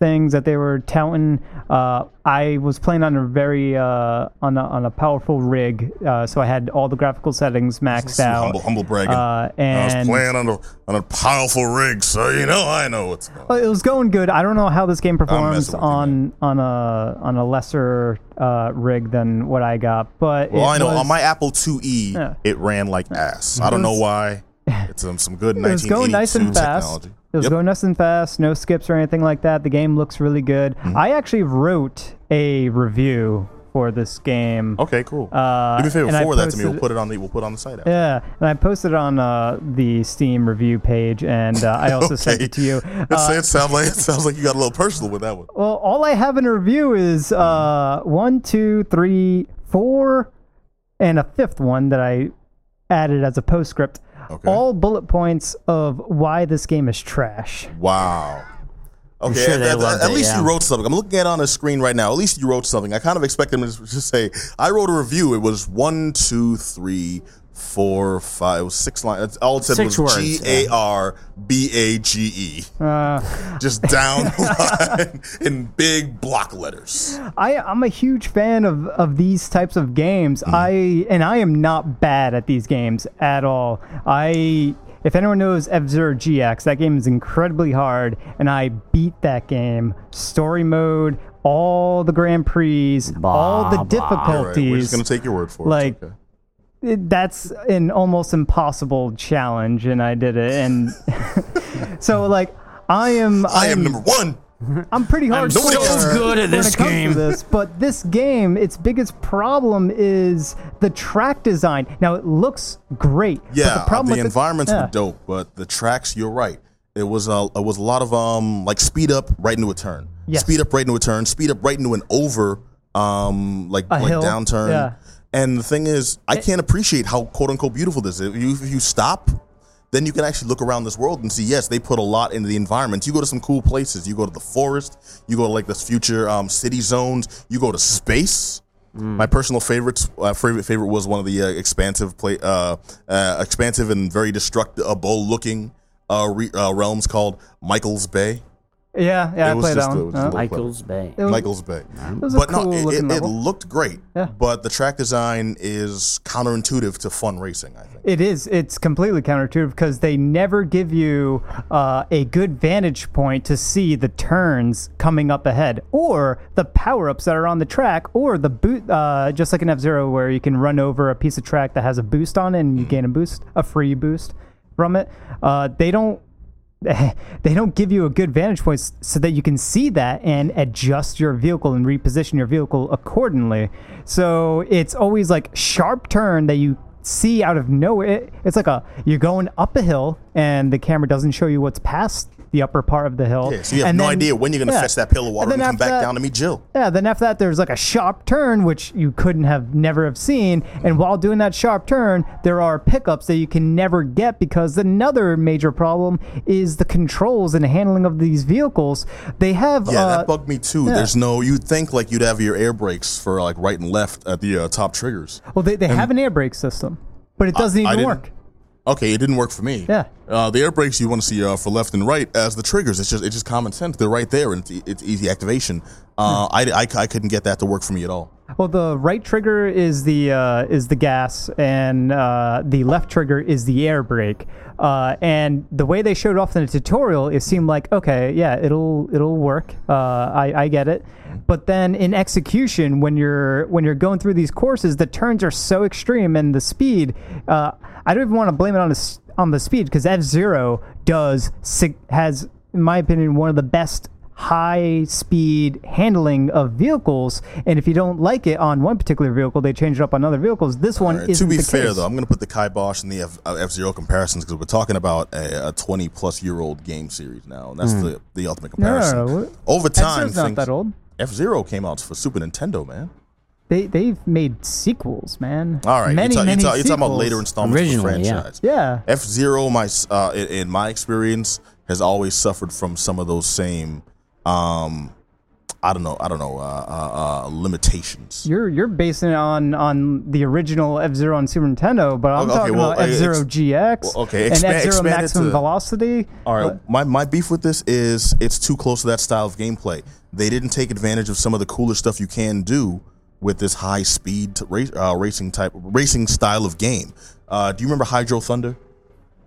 G: things that they were touting. Uh, I was playing on a very uh, on a, on a powerful rig, uh, so I had all the graphical settings maxed
E: Some
G: out.
E: humble, humble bragging.
G: Uh,
E: I was
G: and-
E: playing on a, on a powerful rig, so you know I know what's going on.
G: Well, Oh, it was going good. I don't know how this game performs
E: messing with you,
G: on on a on a lesser uh, rig than what I got, but
E: Well,
G: it
E: I know
G: was-
E: on my Apple IIe, it ran like ass. I don't know why.
G: *laughs*
E: It's um, some good
G: It was going nice
E: 1982
G: and fast.
E: technology.
G: It was
E: Yep.
G: going nice and fast, no skips or anything like that. The game looks really good.
E: Mm-hmm.
G: I actually wrote a review for this game.
E: Okay, cool.
G: Uh,
E: Do me a favor,
G: and I
E: forward that to me.
G: posted-
E: We'll put it on the we'll put it on the site. After.
G: Yeah, and I posted it on uh, the Steam review page, and uh,
E: *laughs*
G: I also sent
E: Okay.
G: it to you. Uh,
E: It sa- it sounds like it sounds like you got a little personal with that one.
G: Well, all I have in a review is uh, one, two, three, four, and a fifth one that I added as a postscript.
E: Okay.
G: All bullet points of why this game is trash.
E: Wow. Okay,
F: sure
E: at,
F: they
E: at-
F: loved
E: at
F: it,
E: least you
F: yeah.
E: wrote something. I'm looking at it on the screen right now. At least you wrote something. I kind of expected him to just say, "I wrote a review. It was one, two, three, four, five. It was six lines. All it said
F: Six
E: was G
F: words,
E: A R B A G E.
F: Uh.
E: Just
F: *laughs*
E: down the line in big block letters.
G: I, I'm a huge fan of, of these types of games. I and I am not bad at these games at all. I if anyone knows F Zero GX, that game is incredibly hard, and I beat that game. Story mode, all the Grand Prix, all the
E: All right, we're just
G: difficulties.
E: gonna take your word for it.
G: like
E: It's okay.
G: it- that's an almost impossible challenge, and I did it. And
E: *laughs*
G: *laughs* so like I am
E: I am number one.
G: I'm pretty hard.
F: so good at this
G: when it
F: game.
G: Comes to this, *laughs* but this game, its biggest problem is the track design. Now it looks great.
E: Yeah, uh,
G: but the problem with
E: environments
G: yeah.
E: were dope, but the tracks, you're right. It was a it was a lot of um like speed up right into a turn,
G: Yes.
E: speed up right into a turn, speed up right into an over um like
G: A
E: like
G: hill,
E: downturn.
G: yeah.
E: And the thing is, I can't appreciate how quote unquote beautiful this is. If you, if you stop, then you can actually look around this world and see. Yes, they put a lot into the environment. You go to some cool places. You go to the forest. You go to like this future um, city zones. You go to space. My personal favorites, uh, favorite favorite was one of the uh, expansive play, uh, uh, expansive and very destructible looking uh, re- uh, realms called Michael's Bay.
G: Yeah, yeah, I
E: was
G: played
E: just
G: that
E: a- it
G: one.
E: was just a
G: Uh,
E: little
F: Michael's Bay.
G: was-
E: Michael's Bay.
G: was a
E: but no,
G: cool
E: it,
G: looking
E: it, it
G: level.
E: looked great.
G: Yeah.
E: But the track design is counterintuitive to fun racing. I think.
G: It is. It's completely counterintuitive because they never give you uh, a good vantage point to see the turns coming up ahead, or the power ups that are on the track, or the boot. Uh, just like in F Zero, where you can run over a piece of track that has a boost on it, and you gain a boost, a free boost from it. Uh, they don't. *laughs* They don't give you a good vantage point s- so that you can see that and adjust your vehicle and reposition your vehicle accordingly. So it's always like sharp turn that you see out of nowhere. It- It's like a you're going up a hill and the camera doesn't show you what's past the upper part of the hill.
E: Yeah, so you have
G: And
E: no
G: then-
E: idea when you're going to
G: yeah.
E: fetch that pill of water and,
G: then
E: come
G: after
E: back
G: that-
E: down to meet Jill.
G: yeah, then after that, there's like a sharp turn, which you couldn't have never have seen. And while doing that sharp turn, there are pickups that you can never get because another major problem is the controls and handling of these vehicles. They have
E: Yeah,
G: uh,
E: that bugged me too. There's no. You'd think like you'd have your air brakes for like right and left at the uh, top triggers.
G: well, they, they have an air brake system, but it doesn't
E: I
G: even
E: didn't-
G: work.
E: Okay, it didn't work for me.
G: Yeah.
E: Uh, the air brakes you want to see uh, for left and right as the triggers. It's just it's just common sense. They're right there and it's, e- it's easy activation. Uh,
G: Hmm.
E: I, I, I couldn't get that to work for me at all.
G: Well, the right trigger is the uh, is the gas, and uh, the left trigger is the air brake. Uh, and the way they showed off in the tutorial, it seemed like okay, yeah, it'll it'll work. Uh, I, I get it. But then in execution, when you're when you're going through these courses, the turns are so extreme, and the speed. Uh, I don't even want to blame it on the s- on the speed because F Zero does sig- has, in my opinion, one of the best high speed handling of vehicles. And if you don't like it on one particular vehicle, they change it up on other vehicles. This one
E: All right,
G: is
E: to be
G: the
E: fair,
G: case.
E: though, I'm going to put the kibosh and the F, uh, F Zero comparisons because we're talking about a, a 20 plus year old game series now, and that's the, the ultimate
G: Hmm. No,
E: comparison.
G: no, no.
E: Over time,
G: F-Zero's not that old.
E: F Zero came out for Super Nintendo, man.
G: They they've made sequels, man.
E: All right,
G: many
E: you're, ta-
G: many
E: you're, ta- you're talking about
G: sequels.
E: later installments of
F: Originally,
E: the
F: yeah.
E: franchise.
G: Yeah.
E: F Zero, my s- uh, in, in my experience, has always suffered from some of those same. Um, I don't know. I don't know. Uh, uh, uh, limitations.
G: You're you're basing it on on the original F Zero on Super Nintendo, but I'm
E: Okay,
G: talking
E: well,
G: about F Zero
E: uh, ex-
G: GX
E: well, okay,
G: and
E: expand-
G: F Zero
E: expand it
G: Maximum
E: to-
G: Velocity.
E: All right. My, my beef with this is it's too close to that style of gameplay. They didn't take advantage of some of the cooler stuff you can do with this high speed t- race, uh, racing type racing style of game. Uh, do you remember Hydro Thunder?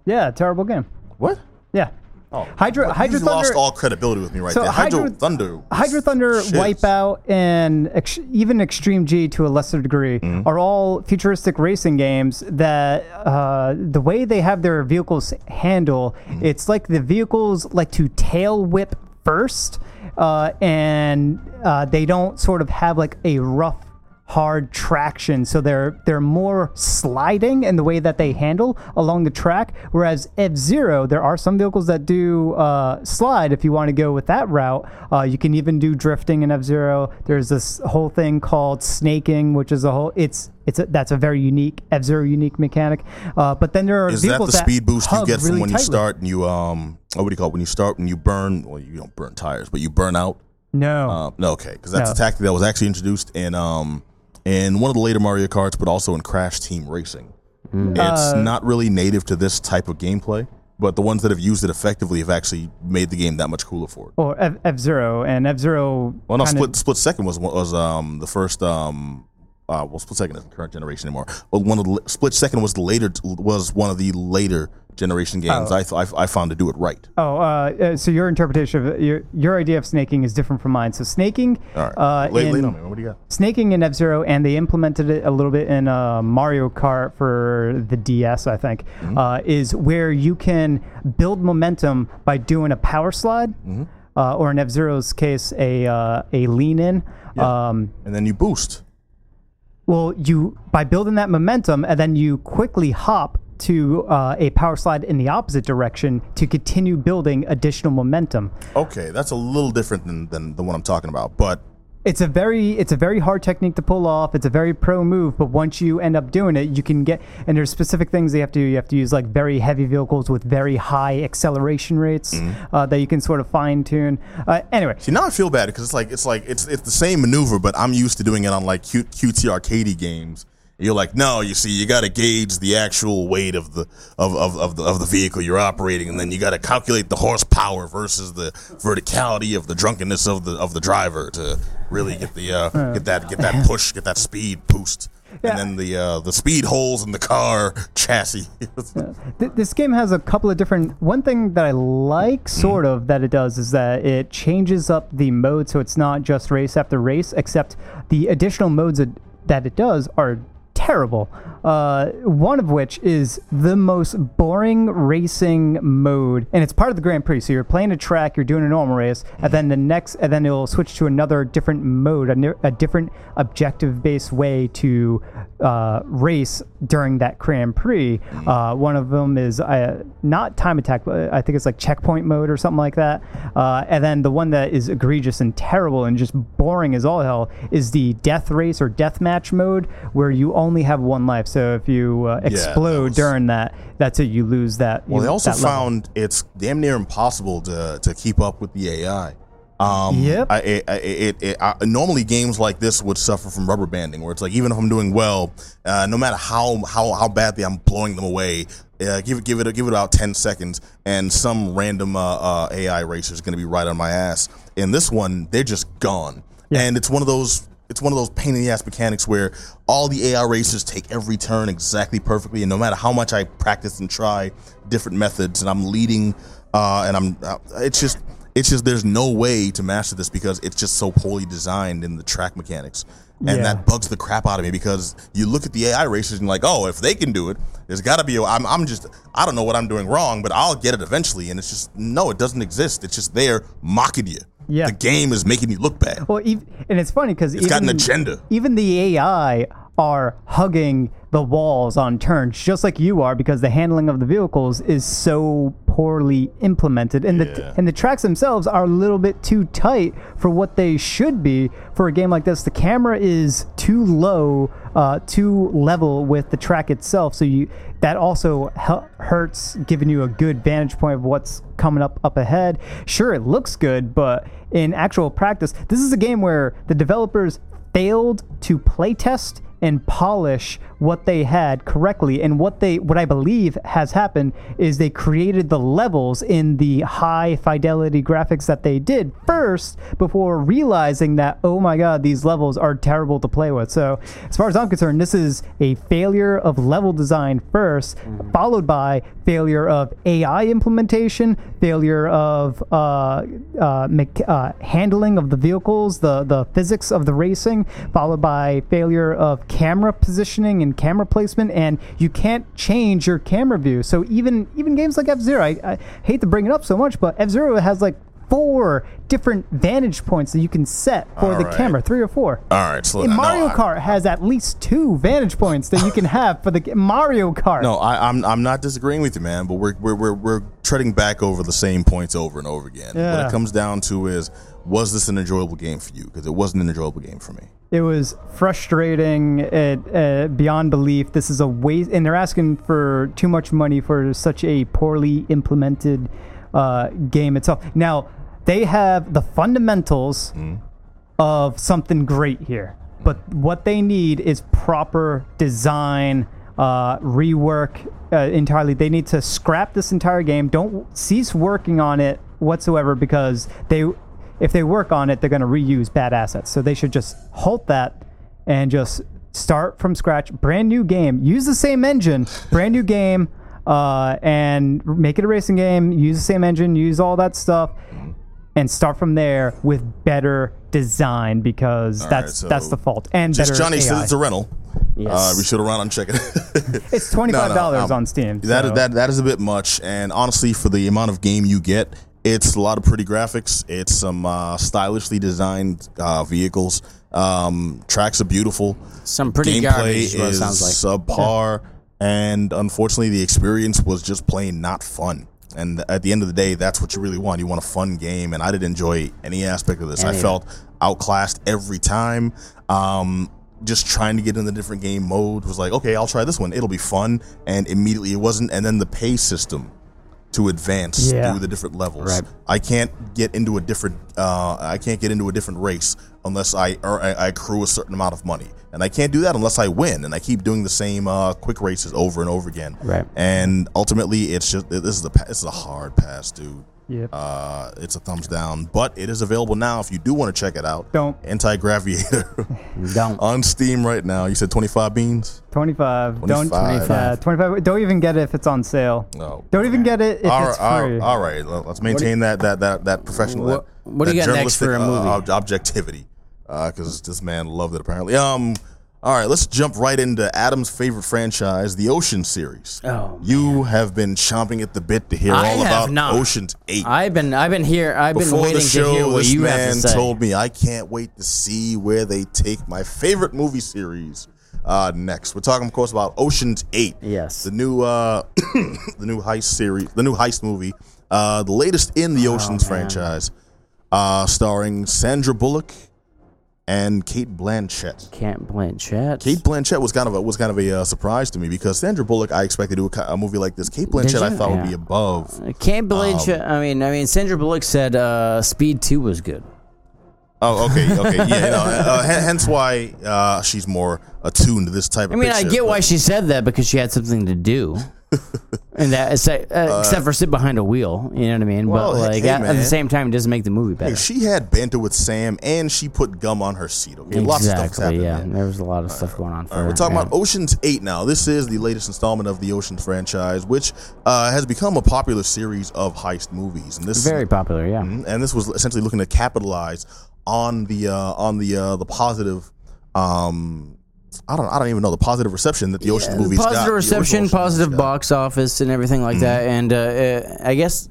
G: Yeah, terrible game.
E: What?
G: Yeah. Oh, Hydro
E: You
G: Hydro Thunder.
E: lost all credibility with me right
G: So
E: there. Hydro,
G: Hydro-
E: Thunder. was
G: Hydro Thunder,
E: shiz.
G: Wipeout, and ex- even Extreme G to a lesser degree are all futuristic racing games that uh, the way they have their vehicles handle, it's like the vehicles like to tail whip first, uh, and uh, they don't sort of have like a rough hard traction so they're they're more sliding in the way that they handle along the track whereas f-zero there are some vehicles that do uh, slide if you want to go with that route uh, you can even do drifting in f-zero there's this whole thing called snaking which is a whole it's it's a, that's a very unique f-zero unique mechanic uh, but then there are
E: Is that the
G: vehicles
E: speed boost you
G: hug
E: get from
G: really
E: when you
G: tightly.
E: start and you um? oh, What do you call it? when you start and you burn? Well, you don't burn tires, but you burn out.
G: no
E: Um, no, okay, because that's
G: No.
E: a tactic that was actually introduced in um in one of the later Mario Karts, but also in Crash Team Racing.
G: Hmm.
E: It's
G: Uh,
E: not really native to this type of gameplay, but the ones that have used it effectively have actually made the game that much cooler for it.
G: or F- f-zero and f-zero
E: Well, no,
G: Oh, kinda-
E: split split second was one- was um the first um. Uh, well, split second isn't current generation anymore. But one of the split second was the later was one of the later generation games. I, th- I I found to do it right.
G: Oh, uh, uh, so your interpretation of your your idea of snaking is different from mine. So snaking,
E: All right,
G: uh,
E: Lay- lay it
G: in-
E: on me. What do you got?
G: snaking in F Zero, and they implemented it a little bit in uh, Mario Kart for the DS, I think,
E: Mm-hmm.
G: uh, is where you can build momentum by doing a power slide,
E: Mm-hmm.
G: uh, or in F Zero's case, a uh, a lean in. Um,
E: And then you boost.
G: well, you by building that momentum, and then you quickly hop to uh, a power slide in the opposite direction to continue building additional momentum.
E: Okay, that's a little different than than the one I'm talking about, but
G: it's a very it's a very hard technique to pull off. It's a very pro move, but once you end up doing it, you can get and there's specific things you have to do. You have to use like very heavy vehicles with very high acceleration rates uh, that you can sort of fine tune. Uh, anyway,
E: See, now I feel bad because it's like it's like it's it's the same maneuver, but I'm used to doing it on like Q, QT arcade games. And You're like, no, you see, you got to gauge the actual weight of the of, of, of the of the vehicle you're operating, and then you got to calculate the horsepower versus the verticality of the drunkenness of the of the driver to really get the uh, get that get that push, get that speed boost, and then the uh, the speed holes in the car *laughs* chassis.
G: th- this game has a couple of different. One thing that I like, sort of, that it does is that it changes up the mode, so it's not just race after race. Except the additional modes that- that it does are terrible. Uh, one of which is the most boring racing mode, and it's part of the Grand Prix. So you're playing a track, you're doing a normal race, and then the next, and then it'll switch to another different mode, a, ne- a different objective-based way to uh, race during that Grand Prix.
E: Mm-hmm.
G: Uh, one of them is uh, not time attack, but I think it's like checkpoint mode or something like that. Uh, and then the one that is egregious and terrible and just boring as all hell is the death race or death match mode, where you only have one life. So if you uh,
E: that
G: explode
E: was-
G: during that, that's it. You lose that.
E: Well,
G: you-
E: they also
G: that level.
E: found it's damn near impossible to to keep up with the AI. Um,
G: Yep.
E: I, I, I- it, it, I, normally games like this would suffer from rubber banding, where it's like even if I'm doing well, uh, no matter how how how badly I'm blowing them away, uh, give it give it give it about ten seconds, and some random uh, uh, AI racer is going to be right on my ass. In this one, they're just gone, and it's one of those it's one of those pain in the ass mechanics where all the AI racers take every turn exactly perfectly, and no matter how much I practice and try different methods, and I'm leading, uh, and I'm, uh, it's just, it's just there's no way to master this because it's just so poorly designed in the track mechanics, and
G: Yeah.
E: that bugs the crap out of me because you look at the AI racers and like, oh, if they can do it, there's got to be. A, I'm, I'm just, I don't know what I'm doing wrong, but I'll get it eventually, and it's just no, it doesn't exist. It's just there mocking you.
G: Yeah.
E: the game is making you look bad.
G: Well, ev- and it's funny because
E: It's got an agenda.
G: Even the AI are hugging the walls on turns, just like you are, because the handling of the vehicles is so poorly implemented, and the and the tracks themselves are a little bit too tight for what they should be for a game like this. The camera is too low, uh, too level with the track itself, so you that also hu- hurts giving you a good vantage point of what's coming up up ahead. Sure, it looks good, but in actual practice, this is a game where the developers failed to playtest and polish what they had correctly and what they what i believe has happened is they created the levels in the high fidelity graphics that they did first before realizing that oh my god these levels are terrible to play with so as far as i'm concerned this is a failure of level design 1st followed by failure of ai implementation failure of uh, uh, mech- uh, handling of the vehicles the the physics of the racing followed by failure of camera positioning and camera placement and you can't change your camera view so even even games like f-zero i, I hate to bring it up so much but f-zero has like four different vantage points that you can set for the
E: Alright.
G: camera three or four
E: All right, slow
G: in
E: down. No,
G: Mario
E: I-
G: Kart has at least two vantage points that you can have for the Mario Kart.
E: No, I, I'm I'm not disagreeing with you, man. But we're we're we're, we're treading back over the same points over and over again. What
G: Yeah.
E: it comes down to is, was this an enjoyable game for you? Because it wasn't an enjoyable game for me.
G: It was frustrating it, uh, beyond belief. This is a waste, and they're asking for too much money for such a poorly implemented uh, game itself. Now, they have the fundamentals of something great here, but what they need is proper design, uh, rework uh, entirely. They need to scrap this entire game. Don't cease working on it whatsoever because they if they work on it, they're going to reuse bad assets. So they should just halt that and just start from scratch, brand new game. Use the same engine, brand new game, uh, and make it a racing game. Use the same engine, use all that stuff, and start from there with better design because that's
E: so
G: that's the fault. And
E: Just
G: better
E: Johnny says
G: AI.
E: it's a rental. Uh, we should have run on checking.
G: *laughs* It's twenty five dollars
E: um,
G: on Steam.
E: That
G: so-
E: that that is a bit much, and honestly, for the amount of game you get, it's a lot of pretty graphics. It's some uh, stylishly designed uh, vehicles. Um, tracks are beautiful.
F: Some pretty
E: Gameplay
F: garbage. is what it
E: is
F: sounds like.
E: subpar, and unfortunately, the experience was just plain not fun. And at the end of the day, that's what you really want. You want a fun game, and I didn't enjoy any aspect of this. I felt outclassed every time. Um, just trying to get in the different game mode was like, okay, I'll try this one. It'll be fun. And immediately it wasn't. And then the pay system to advance
G: Yeah.
E: through the different levels.
F: Right.
E: I can't get into a different uh, I can't get into a different race unless I or I, I accrue a certain amount of money, and I can't do that unless I win. And I keep doing the same uh, quick races over and over again.
F: Right.
E: And ultimately, it's just this is a pa- this is a hard pass, dude.
G: Yep.
E: Uh, it's a thumbs down, but it is available now if you do want to check it out.
G: Don't.
E: anti graviator *laughs*
F: Don't.
E: on Steam right now. You said twenty five beans.
G: 25. Don't
E: *laughs* 25.
G: Yeah, 25. Don't even get it if it's on sale.
E: No.
G: Don't even get it if
E: All
G: *laughs* it's
E: right, all
G: free.
E: right, all right. Let- Let's maintain that that that that professional.
F: What-
E: that,
F: what do you
E: that
F: got next for a
E: journalistic,
F: movie?
E: Uh, ob- objectivity, because this man loved it apparently. Um, all right, let's jump right into Adam's favorite franchise, the Ocean series.
F: Oh,
E: you have been chomping at the bit to hear
F: I
E: all
F: have
E: about
F: not.
E: Ocean's Eight.
F: I've been I've been here I've been
E: Before
F: waiting
E: the
F: to hear
E: show,
F: what
E: this
F: you have
E: man
F: to say.
E: told me I can't wait to see where they take my favorite movie series uh, next. We're talking, of course, about Ocean's Eight.
F: Yes.
E: the new uh, *coughs* the new heist series, the new heist movie, uh, the latest in
F: Oh,
E: the Ocean's franchise, uh, starring Sandra Bullock and Kate Blanchett.
F: Can't Blanchett.
E: Kate Blanchett was kind of a, was kind of a uh, surprise to me because Sandra Bullock I expected to do a, ki- a movie like this. Kate Blanchett I
F: you?
E: thought would
F: Yeah.
E: be above.
F: Can't
E: Um,
F: Blanchett. I mean, I mean, Sandra Bullock said uh, Speed Two was good.
E: Oh, okay, okay, yeah. No, uh, h- hence why uh, she's more attuned to this type of.
F: I mean, I
E: picture,
F: get
E: but-
F: why she said that because she had something
E: *laughs*
F: to do. And that, except, uh, except for sit behind a wheel, you know what I mean.
E: Well,
F: but
E: hey-
F: like
E: hey,
F: at, at the
E: man.
F: same time, it doesn't make the movie better.
E: Hey, she had banter with Sam, and she put gum on her seat. Okay, lots of stuff happening.
F: exactly. yeah,
E: man.
F: there was a lot of stuff going on. For
E: All right,
F: her,
E: we're talking
F: yeah.
E: about Ocean's Eight now. This is the latest installment of the Ocean's franchise, which uh, has become a popular series of heist movies, and this
F: very popular. Yeah,
E: and this was essentially looking to capitalize on the uh, on the uh, the positive. Um, I don't I don't even know the positive reception that the Ocean's movies got.
F: positive
E: the original Mm-hmm.
F: reception,
E: Ocean's movies
F: positive
E: got.
F: box office, and everything like that. And uh, uh, I guess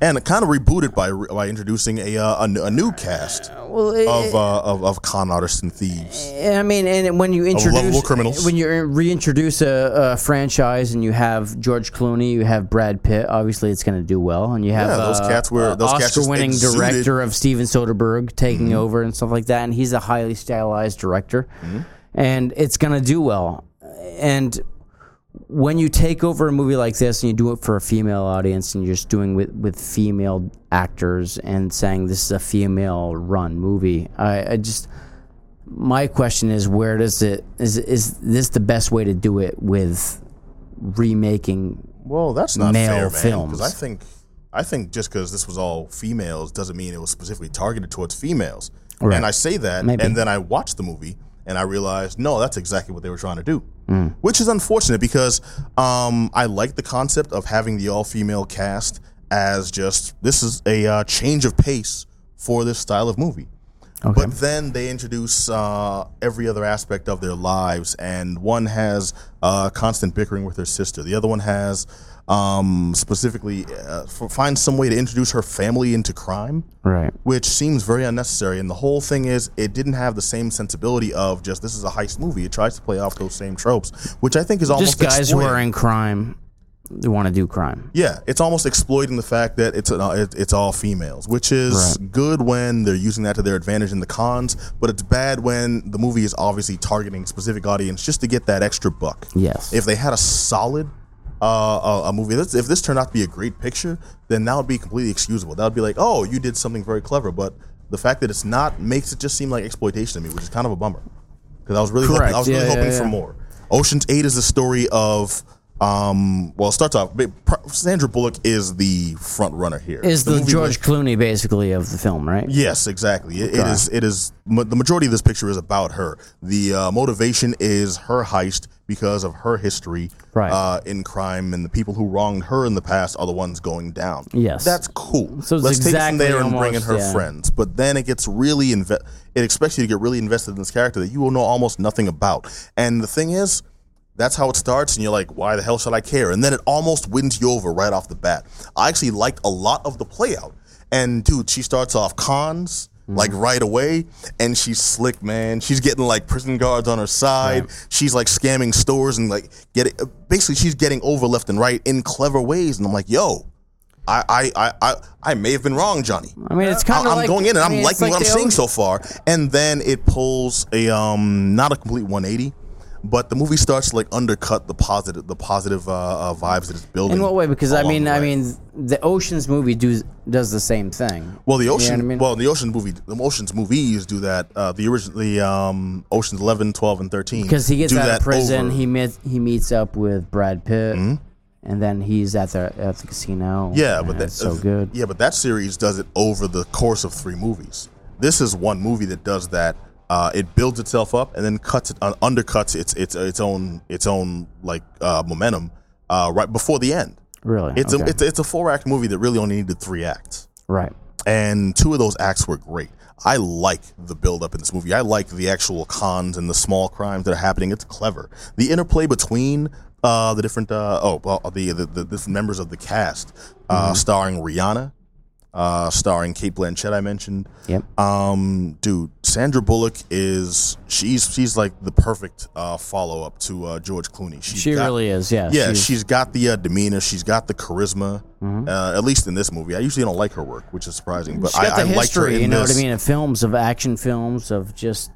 E: and kind of rebooted by by introducing a uh, a, n- a new cast
F: Well, it-
E: of, uh, of of con artists and thieves.
F: And I mean, and when you
E: lovable
F: introduce
E: criminals.
F: when you reintroduce a, a franchise and you have George Clooney, you have Brad Pitt. Obviously, it's going to do well, and you have
E: Yeah, those
F: uh,
E: cats were-
F: uh,
E: those cats just
F: Oscar-winning
E: exuded- Mm-hmm.
F: director of Steven Soderbergh taking over and stuff like that. And he's a highly stylized director,
E: Mm-hmm.
F: and it's going to do well. And when you take over a movie like this and you do it for a female audience and you're just doing with with female actors and saying this is a female run movie, I, I just my question is where does it is is this the best way to do it with remaking
E: Well, that's not
F: Male
E: fair, man. 'cause
F: films.
E: I think I think just because this was all females doesn't mean it was specifically targeted towards females.
F: Right.
E: And I say that,
F: Maybe.
E: and then I watched the movie and I realized no, that's exactly what they were trying to do,
F: Mm.
E: which is unfortunate because um, I like the concept of having the all-female cast as just this is a uh, change of pace for this style of movie. But then they introduce uh, every other aspect of their lives, and one has uh, constant bickering with her sister. The other one has um, specifically uh, f- find some way to introduce her family into crime,
F: right
E: which seems very unnecessary. And the whole thing is, it didn't have the same sensibility of just this is a heist movie. It tries to play off those same tropes, which I think is almost
F: just guys who
E: exploiting.
F: are in crime they want to do crime
E: Yeah, it's almost exploiting the fact that it's an, uh, it, it's all females, which is good when they're using that to their advantage in the cons, but it's bad when the movie is obviously targeting specific audience just to get that extra buck.
F: Yes.
E: If they had a solid uh, a, a movie, this, if this turned out to be a great picture, then that would be completely excusable. That would be like, oh, you did something very clever, but the fact that it's not makes it just seem like exploitation to me, which is kind of a bummer because I was really hoping, I
F: Correct.
E: was really
F: Yeah, yeah,
E: hoping for
F: yeah.
E: more. Ocean's Eight is the story of. Um, well, it starts off. but pr- Sandra Bullock is the front runner here.
F: is the,
E: movie
F: George
E: with-
F: Clooney basically of the film right
E: Yes, exactly. It, it is. It is. ma- The majority of this picture is about her. The uh, motivation is her heist because of her history
F: Right.
E: uh, in crime, and the people who wronged her in the past are the ones going down.
F: Yes.
E: that's cool.
F: So it's
E: let's
F: exactly
E: take it from there and bring in
F: almost-
E: her
F: yeah.
E: friends. But then it gets really inve- It expects you to get really invested in this character that you will know almost nothing about. And the thing is, that's how it starts, and you're like, why the hell should I care? And then it almost wins you over right off the bat. I actually liked a lot of the play out. And dude, she starts off cons.
F: Mm-hmm.
E: Like right away, and she's slick, man. She's getting like prison guards on her side. She's like scamming stores and like getting basically she's getting over left and right in clever ways. And I'm like, yo, I I I I, I may have been wrong, Johnny.
F: I mean, it's
E: I-
F: kind of
E: Uh, I'm
F: like,
E: going in and
F: I
E: I'm
F: mean, it's
E: liking
F: like
E: what I'm
F: they
E: seeing
F: always-
E: so far, and then it pulls a um not a complete 180, but the movie starts to like undercut the positive the positive uh, uh, vibes that it's building.
F: in what way because I
E: along
F: mean
E: the
F: I
E: way.
F: mean the Ocean's movie do, does the same thing
E: well the ocean
F: I mean?
E: well the ocean movie the ocean's movies do that uh, the original the um oceans 11, 12, and 13
F: because he gets
E: do
F: out of
E: that
F: prison
E: over- Hmm?
F: he meets he meets up with Brad Pitt and then he's at the at the casino
E: Yeah, but
F: and
E: that, uh,
F: it's so good
E: Yeah, but that series does it over the course of three movies. This is one movie that does that. Uh, it builds itself up and then cuts it, uh, undercuts its its its own its own like uh, momentum uh, right before the end.
F: Really?
E: it's a
F: Okay.
E: it's, a- it's a four act movie that really only needed three acts
F: right
E: and two of those acts were great. I like the build up in this movie. I like the actual cons and the small crimes that are happening. It's clever. The interplay between uh, the different uh, oh well the the, the the members of the cast, uh,
F: Mm-hmm.
E: starring Rihanna, uh, starring Kate Blanchett. I mentioned.
F: Yep.
E: Um, dude, Sandra Bullock is she's she's like the perfect uh, follow up to uh, George Clooney. She's
F: She
E: got-
F: really is, yeah.
E: yeah,
F: She's-
E: she's got the uh, demeanor. She's got the charisma. Uh, at least in this movie, I usually don't like her work, which is surprising. But
F: Mm-hmm. She's got
E: I,
F: the
E: I liked her
F: history,
E: in
F: you know
E: this.
F: what I mean, of films, of action films, of just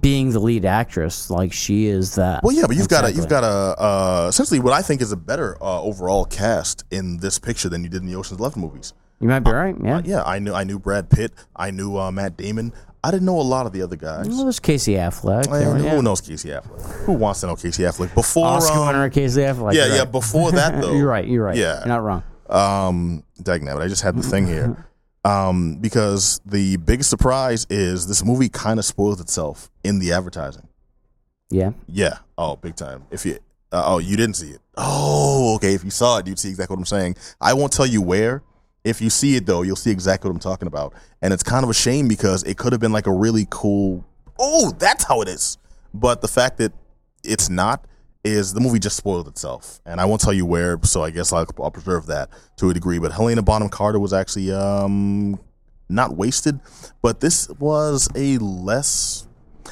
F: being the lead actress. Like she is that.
E: Mm. Well, yeah, but you've got a
F: Exactly.
E: you've got a uh, essentially what I think is a better uh, overall cast in this picture than you did in the Ocean's Eleven movies.
F: You might be right. Yeah.
E: Uh, Yeah, I knew I knew Brad Pitt. I knew uh, Matt Damon. I didn't know a lot of the other guys.
F: Well, there's Casey Affleck.
E: Man,
F: there, yeah.
E: Who knows Casey Affleck? Who wants to know Casey Affleck? Before
F: Oscar
E: um,
F: winner Casey Affleck.
E: yeah,
F: you're
E: yeah.
F: right.
E: Before
F: *laughs*
E: that though,
F: You're right. You're right.
E: Yeah,
F: You're not wrong.
E: Um, dang it, I just had the thing here. Um, because the big surprise is this movie kind of spoils itself in the advertising.
F: Yeah.
E: Yeah. Oh, big time. If you, uh, oh, you didn't see it. Oh, okay. If you saw it, you'd see exactly what I'm saying. I won't tell you where. If you see it though, you'll see exactly what I'm talking about. And it's kind of a shame because it could have been like a really cool. Oh, that's how it is. But the fact that it's not is the movie just spoiled itself, and I won't tell you where, so I guess I'll, I'll preserve that to a degree. But Helena Bonham Carter was actually um, not wasted, but this was a less.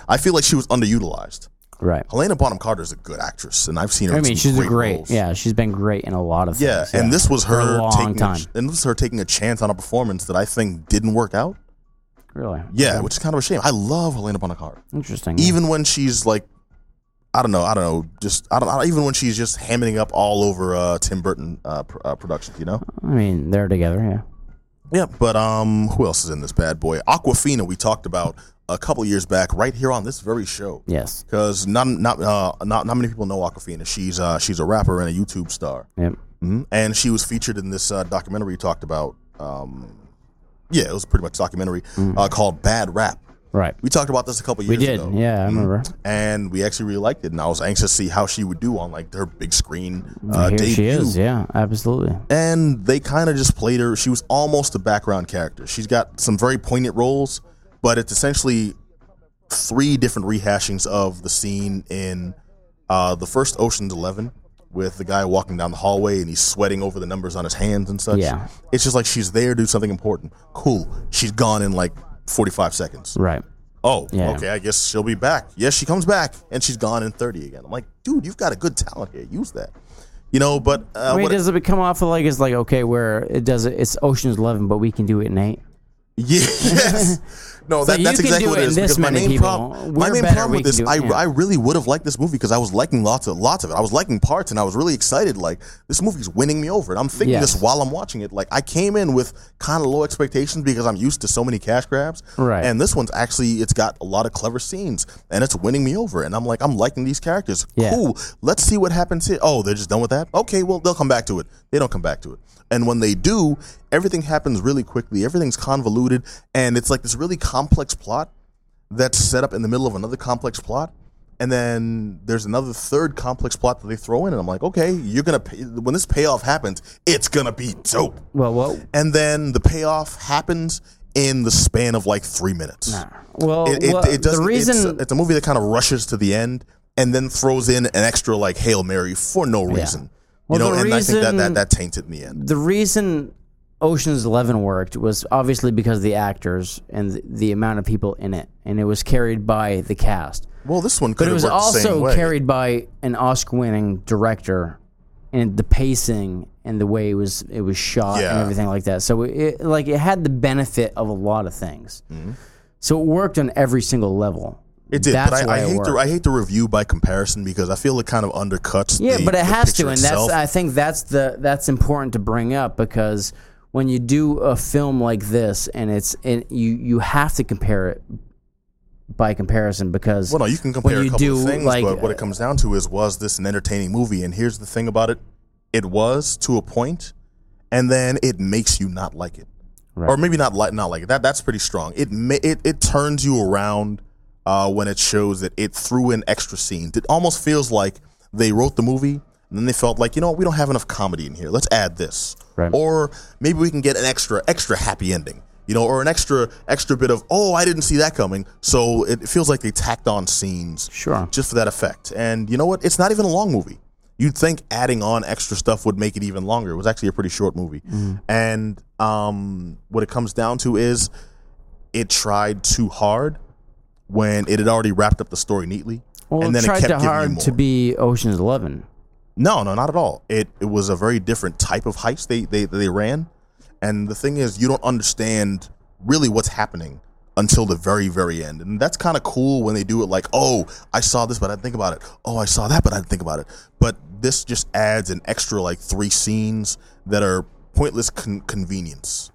E: I feel like she was underutilized.
F: Right.
E: Helena Bonham Carter is a good actress, and I've seen her.
F: I
E: in
F: mean,
E: some
F: she's great. great
E: roles.
F: yeah, she's been great in a lot of
E: Yeah,
F: things.
E: and this was
F: For
E: her
F: a long
E: taking a
F: time.
E: ch- and this was her taking a chance on a performance that I think didn't work out.
F: really
E: Yeah, which is kind of a shame. I love Helena Bonham Carter,
F: interesting.
E: even when she's like, I don't know, I don't know, just I don't, I don't even when she's just hamming up all over uh, Tim Burton uh, pr- uh, productions, you know.
F: I mean, they're together. Yeah.
E: Yeah, but um, who else is in this bad boy? Aquafina, we talked about a couple years back, right here on this very show.
F: Yes.
E: Because not not uh not not many people know Aquafina. She's uh she's a rapper and a YouTube star.
F: Yep.
E: hmm And she was featured in this uh, documentary you talked about. Um, yeah, it was pretty much a documentary uh, called Bad Rap.
F: Right.
E: We talked about this a couple years
F: Mm. We did.
E: ago. Mm.
F: Yeah, I remember.
E: And we actually really liked it, and I was anxious to see how she would do on like her big screen uh,
F: Here
E: debut.
F: she is. Yeah, absolutely.
E: And they kind of just played her. She was almost a background character. She's got some very poignant roles, but it's essentially three different rehashings of the scene in uh, the first Ocean's Eleven with the guy walking down the hallway and he's sweating over the numbers on his hands and such.
F: Yeah.
E: It's just like she's there to do something important. Cool. She's gone in like 45 seconds.
F: Right.
E: Oh,
F: Yeah.
E: okay. I guess she'll be back. Yes, she comes back, and she's gone in thirty again. I'm like, dude, you've got a good talent here. Use that, you know. But uh,
F: I mean,
E: what-
F: does it come off of like it's like okay, where it does it? It's Ocean's Eleven, but we can do it in eight.
E: yeah, *laughs* yes, no, that,
F: you
E: that's
F: can
E: exactly
F: do
E: what
F: it
E: it
F: in
E: is.
F: this
E: Because my
F: many
E: main
F: people.
E: problem,
F: We're
E: my main
F: better,
E: problem
F: we
E: with
F: can
E: this,
F: do it,
E: I,
F: yeah.
E: I really would have liked this movie because I was liking lots of lots of it. I was liking parts, and I was really excited. Like this movie's winning me over, and I'm thinking
F: Yes.
E: this while I'm watching it. Like I came in with kind of low expectations because I'm used to so many cash grabs,
F: Right.
E: And this one's actually it's got a lot of clever scenes, and it's winning me over. And I'm like, I'm liking these characters.
F: Yeah.
E: Cool. Let's see what happens here. Oh, they're just done with that? Okay, well, they'll come back to it. They don't come back to it. And when they do, everything happens really quickly. Everything's convoluted. And it's like this really complex plot that's set up in the middle of another complex plot. And then there's another third complex plot that they throw in. And I'm like, okay, you're going to, pay when this payoff happens, it's going to be dope.
F: Well, what?
E: And then the payoff happens in the span of like three minutes
F: Well,
E: it, it,
F: what-
E: it doesn't.
F: the reason
E: it's, uh, it's a movie that kind of rushes to the end and then throws in an extra like hail mary for no reason.
F: Well,
E: you know,
F: the
E: and I think that,
F: reason-
E: that that tainted in the end.
F: the reason Ocean's Eleven worked was obviously because of the actors and the, the amount of people in it, and it was carried by the cast.
E: Well, this one could
F: But
E: have
F: it was
E: worked the same
F: also
E: way.
F: carried by an Oscar-winning director, and the pacing and the way it was it was shot and
E: Yeah.
F: everything like that. So it like it had the benefit of a lot of things. So it worked on every single level.
E: Mm-hmm. It did,
F: That's
E: but
F: why
E: I, I
F: it
E: hate
F: worked.
E: the I hate the review by comparison because I feel it kind of undercuts.
F: Yeah,
E: the-
F: but
E: the
F: it has to,
E: picture
F: and
E: itself.
F: that's I think that's the that's important to bring up because when you do a film like this, and it's and you you have to compare it by comparison because
E: Well, no, you can
F: when
E: compare a
F: you
E: couple
F: do,
E: of things,
F: like,
E: but what it comes down to is was this an entertaining movie? And here's the thing about it it was to a point, and then it makes you not like it. Or maybe not like not like it. That that's pretty strong. It ma- it it turns you around uh, when it shows that it threw in extra scenes. It almost feels like they wrote the movie and then they felt like, you know, what, we don't have enough comedy in here. Let's add this.
F: Right.
E: Or maybe we can get an extra extra happy ending. You know, or an extra extra bit of, "Oh, I didn't see that coming." So it feels like they tacked on scenes
F: Sure.
E: just for that effect. And you know what? It's not even a long movie. You'd think adding on extra stuff would make it even longer. It was actually a pretty short movie.
F: Mm-hmm.
E: And um, what it comes down to is it tried too hard when it had already wrapped up the story neatly.
F: well,
E: and then
F: tried
E: it kept
F: to
E: giving
F: hard
E: you more.
F: to be Ocean's Eleven.
E: No, no, not at all. It it was a very different type of heist they they they ran, and the thing is, you don't understand really what's happening until the very very end, and that's kind of cool when they do it. Like, oh, I saw this, but I didn't think about it. Oh, I saw that, but I didn't think about it. But this just adds an extra like three scenes that are pointless con- convenience.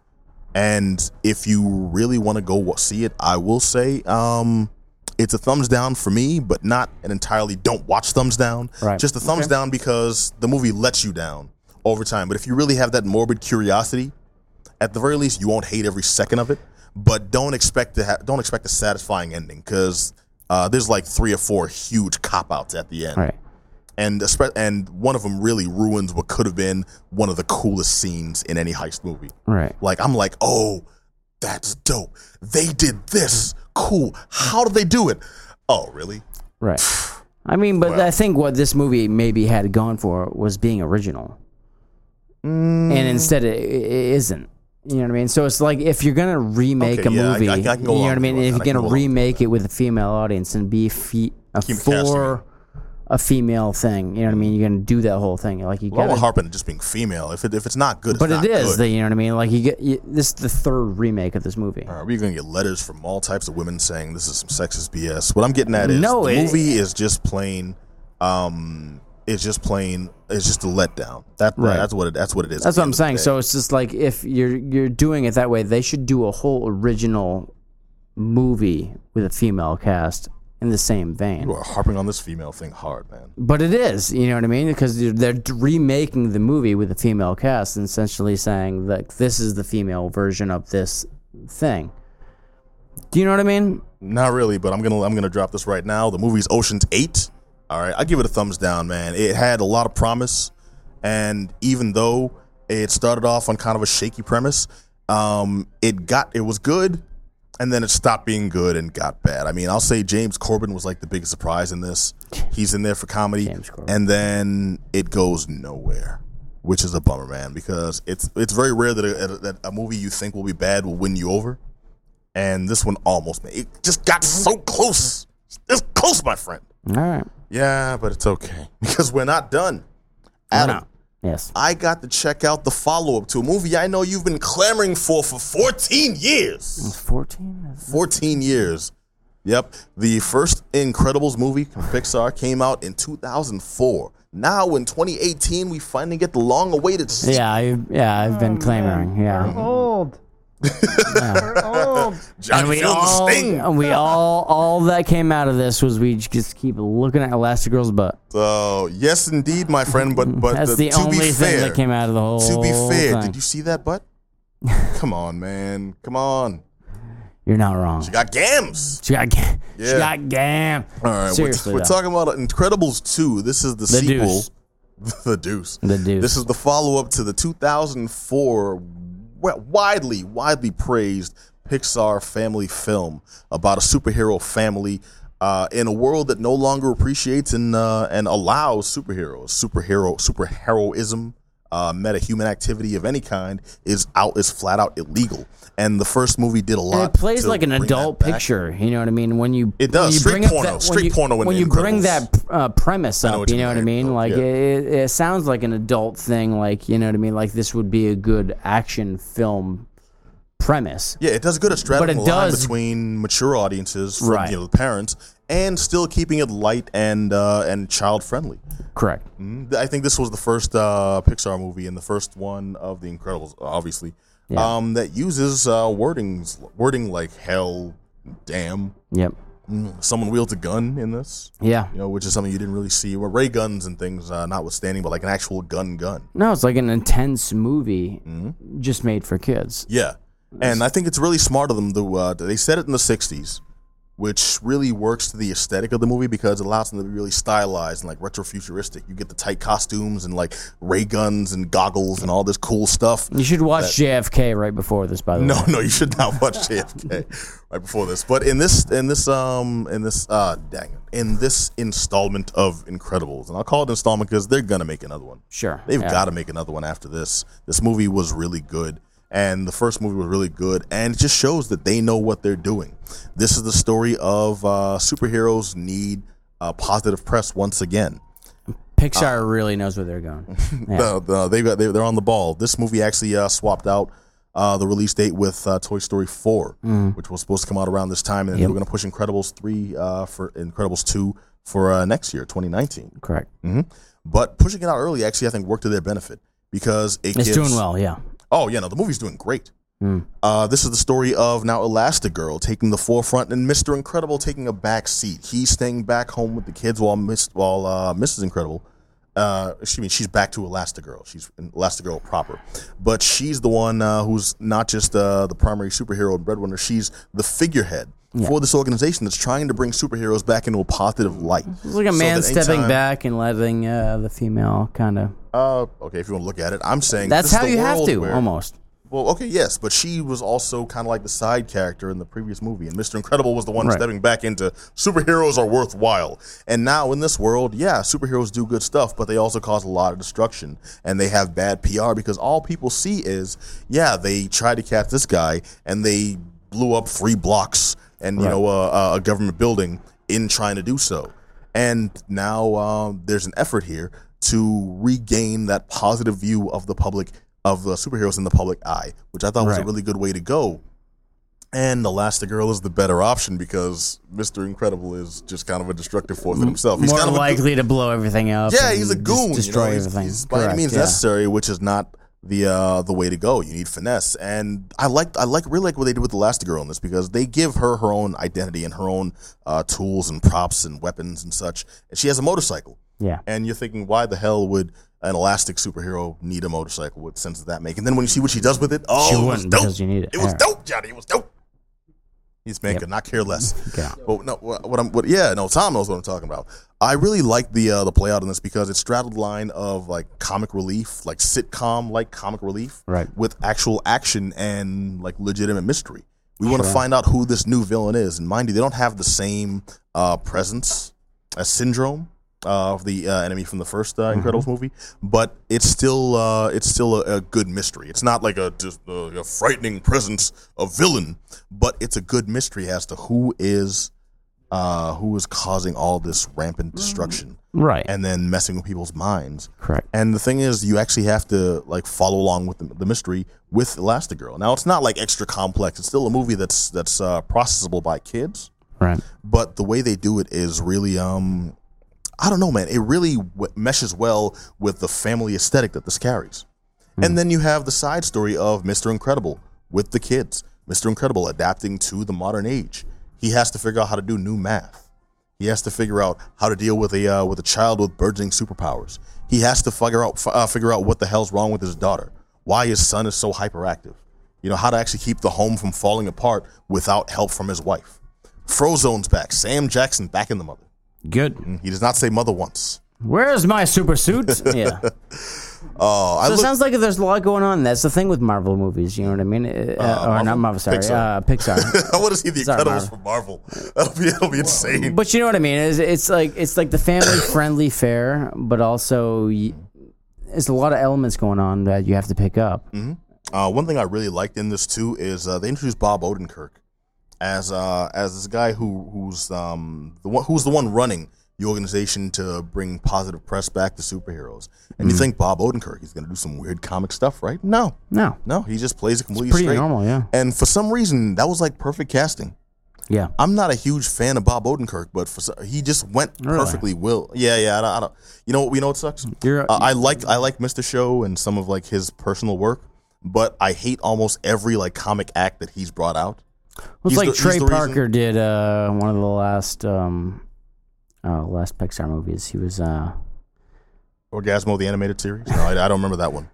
E: And if you really want to go wa- see it, I will say um, it's a thumbs down for me, but not an entirely don't watch thumbs down.
F: Right.
E: Just a thumbs down because the movie lets you down over time. But if you really have that morbid curiosity, at the very least, you won't hate every second of it. But don't expect to ha- don't expect a satisfying ending because uh, there's like three or four huge cop outs at the end
F: All right.
E: and espe- and one of them really ruins what could have been one of the coolest scenes in any heist movie.
F: Right.
E: Like I'm like, oh, that's dope. They did this. Cool. How did they do it? Oh, really? *sighs*
F: Right. I mean, but
E: Well.
F: I think what this movie maybe had gone for was being original,
E: Mm.
F: and instead it, it isn't. You know what I mean? So it's like if you're gonna remake
E: Okay,
F: a
E: yeah, I-
F: movie,
E: I- I can go
F: you know
E: along
F: what I
E: with
F: mean?
E: that. I can
F: If you're
E: go along
F: gonna
E: with
F: remake it with a female audience and be fe- a
E: Kim Cassidy.
F: for a female thing, you know what I mean? You're gonna do that whole thing, like you
E: Well, I
F: got
E: won't harp on just being female. If it, if it's not good, it's
F: But
E: not
F: it is,
E: good.
F: the, you know what I mean? Like you get you, this is the third remake of this movie.
E: All right, we're gonna get letters from all types of women saying this is some sexist BS. What I'm getting at is
F: No,
E: the
F: it-
E: movie is just plain. Um, it's just plain. It's just a letdown. That
F: Right.
E: that's what it, that's what it is. at
F: That's
E: the
F: what I'm
E: end of the
F: saying.
E: day.
F: So it's just like if you're you're doing it that way, they should do a whole original movie with a female cast in the same vein.
E: you are harping on this female thing hard, man.
F: But it is, you know what I mean? Because they're- they're remaking the movie with a female cast and essentially saying like this is the female version of this thing. Do you know what I mean?
E: Not really, but I'm gonna I'm gonna drop this right now. The movie's Ocean's Eight. All right, I give it a thumbs down, man. It had a lot of promise, and even though it started off on kind of a shaky premise, um, it got it was good, and then it stopped being good and got bad. I mean, I'll say James Corbin was like the biggest surprise in this. He's in there for comedy,
F: James Corbin.
E: and then it goes nowhere, which is a bummer, man. Because it's it's very rare that a, that a movie you think will be bad will win you over and this one almost made it just got so close it's close my friend
F: All right.
E: yeah but it's okay *laughs* because we're not done adam
F: Yes.
E: i got to check out the follow-up to a movie i know you've been clamoring for for 14 years
F: 14?
E: 14 years yep the first incredibles movie from pixar came out in 2004 now in 2018 we finally get the long-awaited sequel.
F: Yeah, I yeah, I've been clamoring. Yeah.
E: *laughs*
G: Old. We're old.
E: Johnny feels the sting.
F: and we all, all that came out of this was we just keep looking at Elastigirl's butt.
E: so yes indeed my friend but but
F: That's the,
E: to
F: only
E: be
F: thing
E: fair,
F: that came out of the whole.
E: To be fair,
F: thing.
E: did you see that butt? Come on, man. Come on.
F: You're not wrong.
E: She got gams.
F: She got, ga- she
E: Yeah.
F: got gam.
E: All right, we're-
F: Seriously,
E: we're,
F: though.
E: talking about Incredibles 2. This is the,
F: The
E: sequel. *laughs*
F: Deuce.
E: the Deuce.
F: The Deuce.
E: This is the follow up to the 2004 wi- widely, widely praised Pixar family film about a superhero family uh, in a world that no longer appreciates and uh, and allows superheroes. Superhero, superheroism, uh, metahuman activity of any kind is out is flat out illegal. And the first movie did a lot.
F: And it plays
E: to
F: like an
E: bring that
F: adult
E: back.
F: picture. You know what I mean? When you
E: It does.
F: when you
E: Street
F: bring up
E: porno.
F: that, when
E: Street
F: you,
E: porno in
F: When
E: The
F: you bring
E: Incredibles.
F: that uh, premise
E: know
F: up,
E: what
F: you
E: you
F: know what I
E: mean,
F: mean?
E: though.
F: Like
E: Yeah.
F: it, it sounds like an adult thing. Like you know what I mean? Like this would be a good action film premise.
E: Yeah, it does good at straddling
F: it
E: the line
F: does-
E: between mature audiences, from,
F: Right.
E: you know, the parents, and still keeping it light and uh, and child friendly.
F: Correct.
E: I think this was the first uh, Pixar movie and the first one of the Incredibles, obviously, um, that uses uh, wordings wording like hell, damn.
F: Yep.
E: Someone wields a gun in this,
F: Yeah.
E: you know, which is something you didn't really see. Well, ray guns and things, uh, notwithstanding, but like an actual gun, gun.
F: No, it's like an intense movie
E: Mm-hmm.
F: just made for kids.
E: Yeah, and I think it's really smart of them to. Uh, they said it in the '60s, which really works to the aesthetic of the movie because it allows them to be really stylized and like retrofuturistic. You get the tight costumes and like ray guns and goggles and all this cool stuff.
F: You should watch JFK right before this, by the
E: *laughs*
F: way.
E: No, no, you should not watch *laughs* JFK right before this. But in this, in this, um, in this, uh, dang it, in this installment of Incredibles, and I'll call it installment because they're gonna make another one.
F: Sure.
E: They've
F: yeah.
E: got to make another one after this. This movie was really good, and the first movie was really good, and it just shows that they know what they're doing. This is the story of uh, superheroes need uh, positive press once again.
F: Pixar really knows where they're going.
E: *laughs*
F: Yeah.
E: The- the- they've got they, they're on the ball. This movie actually uh, swapped out. Uh, the release date with uh, Toy Story 4,
F: Mm.
E: which was supposed to come out around this time, and then they were going to push Incredibles 3 uh, for Incredibles 2 for uh, next year, 2019.
F: Correct.
E: But pushing it out early actually, I think, worked to their benefit because it
F: It's
E: gives,
F: doing well, yeah.
E: Oh yeah, no, the movie's doing great.
F: Hmm.
E: Uh, this is the story of now Elastigirl taking the forefront and Mister Incredible taking a back seat. He's staying back home with the kids while Miss while uh, Mrs. Incredible. Uh, she mean she's back to Elastigirl. She's in Elastigirl proper, but she's the one uh, who's not just uh, the primary superhero and breadwinner. She's the figurehead for this organization that's trying to bring superheroes back into a positive light.
F: It's like a
E: So
F: man
E: that
F: stepping
E: anytime-
F: back and letting uh, the female kind of.
E: Uh, okay, if you want to look at it, I'm saying
F: That's
E: this is
F: how
E: the
F: you have
E: world
F: to, Oh
E: where-
F: almost.
E: Well, okay, yes, but she was also kind of like the side character in the previous movie, and Mr. Incredible was the one
F: Right.
E: stepping back into superheroes are worthwhile. And now in this world, yeah, superheroes do good stuff, but they also cause a lot of destruction, and they have bad PR because all people see is, yeah, they tried to catch this guy, and they blew up three blocks and you know uh, uh, a government building in trying to do so. And now um, there's an effort here to regain that positive view of the public of the superheroes in the public eye, which I thought was a
F: Right.
E: really good way to go. And Elastigirl is the better option because Mister Incredible is just kind of a destructive force in himself. He's
F: More
E: kind of a
F: likely to blow everything up.
E: yeah,
F: and
E: he's a
F: just
E: goon. you
F: Destroy
E: know, he's-
F: everything.
E: he's by any
F: Correct,
E: means
F: yeah.
E: necessary, which is not the uh, the way to go. You need finesse, and I like I like really like what they did with Elastigirl in this because they give her her own identity and her own uh, tools and props and weapons and such. And she has a motorcycle,
F: Yeah.
E: and you're thinking, why the hell would an elastic superhero need a motorcycle? What sense does that make? And then when you see what she does with it, oh,
F: She
E: it was
F: wouldn't
E: dope.
F: because you need it.
E: It was
F: Yeah.
E: dope, Johnny. It was dope. This man could not care
F: *laughs*
E: less.
F: Yeah.
E: But no, what what I'm, what, yeah, no, Tom knows what I'm talking about. I really like the uh, the play out on this because it straddled the line of like comic relief, like sitcom, like comic relief,
F: Right.
E: with actual action and like legitimate mystery. We want to find out who this new villain is, and mind you, they don't have the same uh, presence as Syndrome uh, of the uh, enemy from the first uh, Incredibles
F: Mm-hmm.
E: movie, but it's still uh, it's still a, a good mystery. It's not like a, dis- uh, a frightening presence of villain, but it's a good mystery as to who is uh, who is causing all this rampant destruction
F: Right.
E: and then messing with people's minds.
F: Correct.
E: And the thing is, you actually have to like follow along with the, the mystery with Elastigirl. Now, it's not like extra complex. It's still a movie that's that's uh, processable by kids,
F: Right.
E: but the way they do it is really um, I don't know, man. It really w- meshes well with the family aesthetic that this carries. And then you have the side story of Mr. Incredible with the kids. Mr. Incredible adapting to the modern age. He has to figure out how to do new math. He has to figure out how to deal with a uh, with a child with burgeoning superpowers. He has to figure out f- uh, figure out what the hell's wrong with his daughter. Why his son is so hyperactive. You know how to actually keep the home from falling apart without help from his wife. Frozone's back. Sam Jackson back in the mother.
F: Good.
E: He does not say mother once.
F: Where's my super
E: *laughs*
F: suit? Yeah.
E: Oh, I
F: So it
E: look,
F: sounds like there's a lot going on. That's the thing with Marvel movies. You know what I mean? Uh, or not Marvel, sorry,
E: Pixar.
F: Pixar.
E: *laughs*
F: Uh,
E: *laughs*
F: Pixar.
E: I want to see the
F: Sorry,
E: Incredibles from Marvel. That'll be, that'll be insane.
F: but you know what I mean? It's, it's like it's like
E: *coughs*
F: the family friendly fare, but also y- there's a lot of elements going on that you have to pick up.
E: Uh, one thing I really liked in this too is uh, they introduced Bob Odenkirk as uh, as this guy who who's um the one who's the one running the organization to bring positive press back to superheroes. And
F: Mm-hmm.
E: you think Bob Odenkirk is going to do some weird comic stuff, right? No,
F: No,
E: no, he just plays it completely
F: pretty
E: straight.
F: normal, yeah.
E: And for some reason, that was like perfect casting.
F: yeah,
E: I'm not a huge fan of Bob Odenkirk, but for so- he just went
F: Really?
E: perfectly. Will yeah, yeah. I don't, I don't. You know what? You know what sucks?
F: You're-
E: Uh, I like I like Mr. Show and some of like his personal work, but I hate almost every like comic act that he's brought out.
F: it's
E: he's
F: like
E: the- he's
F: Trey
E: the reason-
F: Parker did uh, one of the last um, uh, last Pixar movies. He was uh,
E: Orgasmo the animated series. No, I, I don't remember that
F: *laughs*
E: one.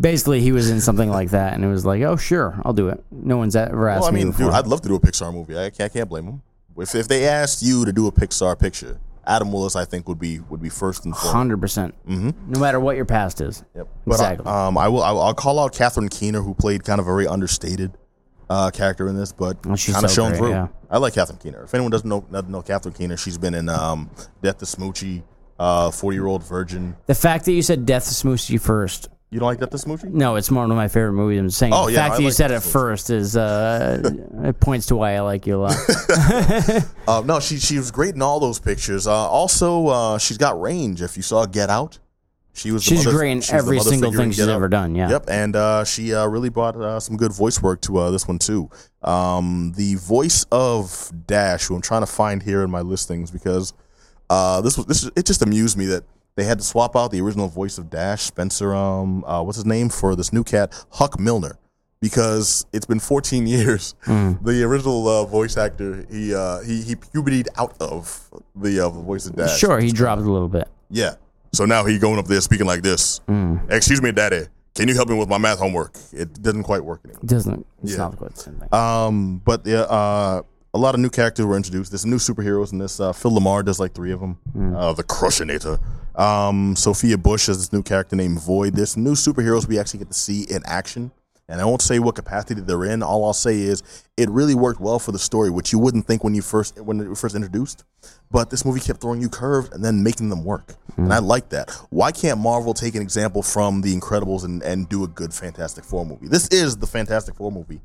F: basically he was in something like that, and it was like, oh sure, I'll do it. No one's ever asked
E: Well, I
F: me
E: mean,
F: before.
E: dude, I'd love to do a Pixar movie. I can't, I can't blame him. If if they asked you to do a Pixar picture, Adam Willis, I think would be would be first and foremost.
F: Hundred percent. No matter what your past is. Yep.
E: Mm-hmm. But I-
F: Exactly.
E: um, I will. I'll I'll call out Catherine Keener, who played kind of a very understated uh, character in this, but
F: Well, she's
E: kind of
F: so
E: shown
F: great,
E: through.
F: yeah.
E: I like Catherine Keener. If anyone doesn't know doesn't know Catherine Keener, she's been in um, Death to Smoochie, uh, Forty Year Old Virgin.
F: the fact that you said Death to Smoochie first.
E: You don't like Death to Smoochie?
F: No, it's more one of my favorite movies. I'm just saying.
E: Oh,
F: the
E: yeah,
F: fact
E: I
F: that you
E: like
F: said it
E: Death to Smoochie.
F: first
E: *laughs*
F: is uh, it points to why I like you a lot.
E: Uh, no, she she was great in all those pictures. Uh, also, uh, she's got range. If you saw Get Out, she was. the
F: She's
E: mother-
F: great in
E: she was the
F: every
E: mother
F: single
E: figure in
F: thing
E: Get
F: she's
E: Out.
F: ever done. Yeah.
E: Yep, and uh, she uh, really brought uh, some good voice work to uh, this one too. Um, the voice of Dash, who I'm trying to find here in my listings, because uh, this was this is- it just amused me that they had to swap out the original voice of Dash Spencer. Um, uh, what's his name for this new cat, Huck Milner. Because it's been 14 *laughs* years, the original uh, voice actor he uh, he he pubertied out of the uh, voice of Dash.
F: Sure, he dropped a little bit.
E: Yeah. So now he going up there speaking like this. Excuse me, Daddy. Can you help me with my math homework? It doesn't quite work anymore.
F: Doesn't. It's
E: Yeah.
F: not quite the same thing.
E: Um, but yeah, uh, a lot of new characters were introduced. There's some new superheroes in this. Uh, Phil Lamar does like three of them. Uh, the Crushinator. Um, Sophia Bush is this new character named Void. There's some new superheroes we actually get to see in action. And I won't say what capacity they're in. All I'll say is it really worked well for the story, which you wouldn't think when you first when it was first introduced. But this movie kept throwing you curves and then making them work, and I like that. Why can't Marvel take an example from The Incredibles and, and do a good Fantastic Four movie? This is the Fantastic Four movie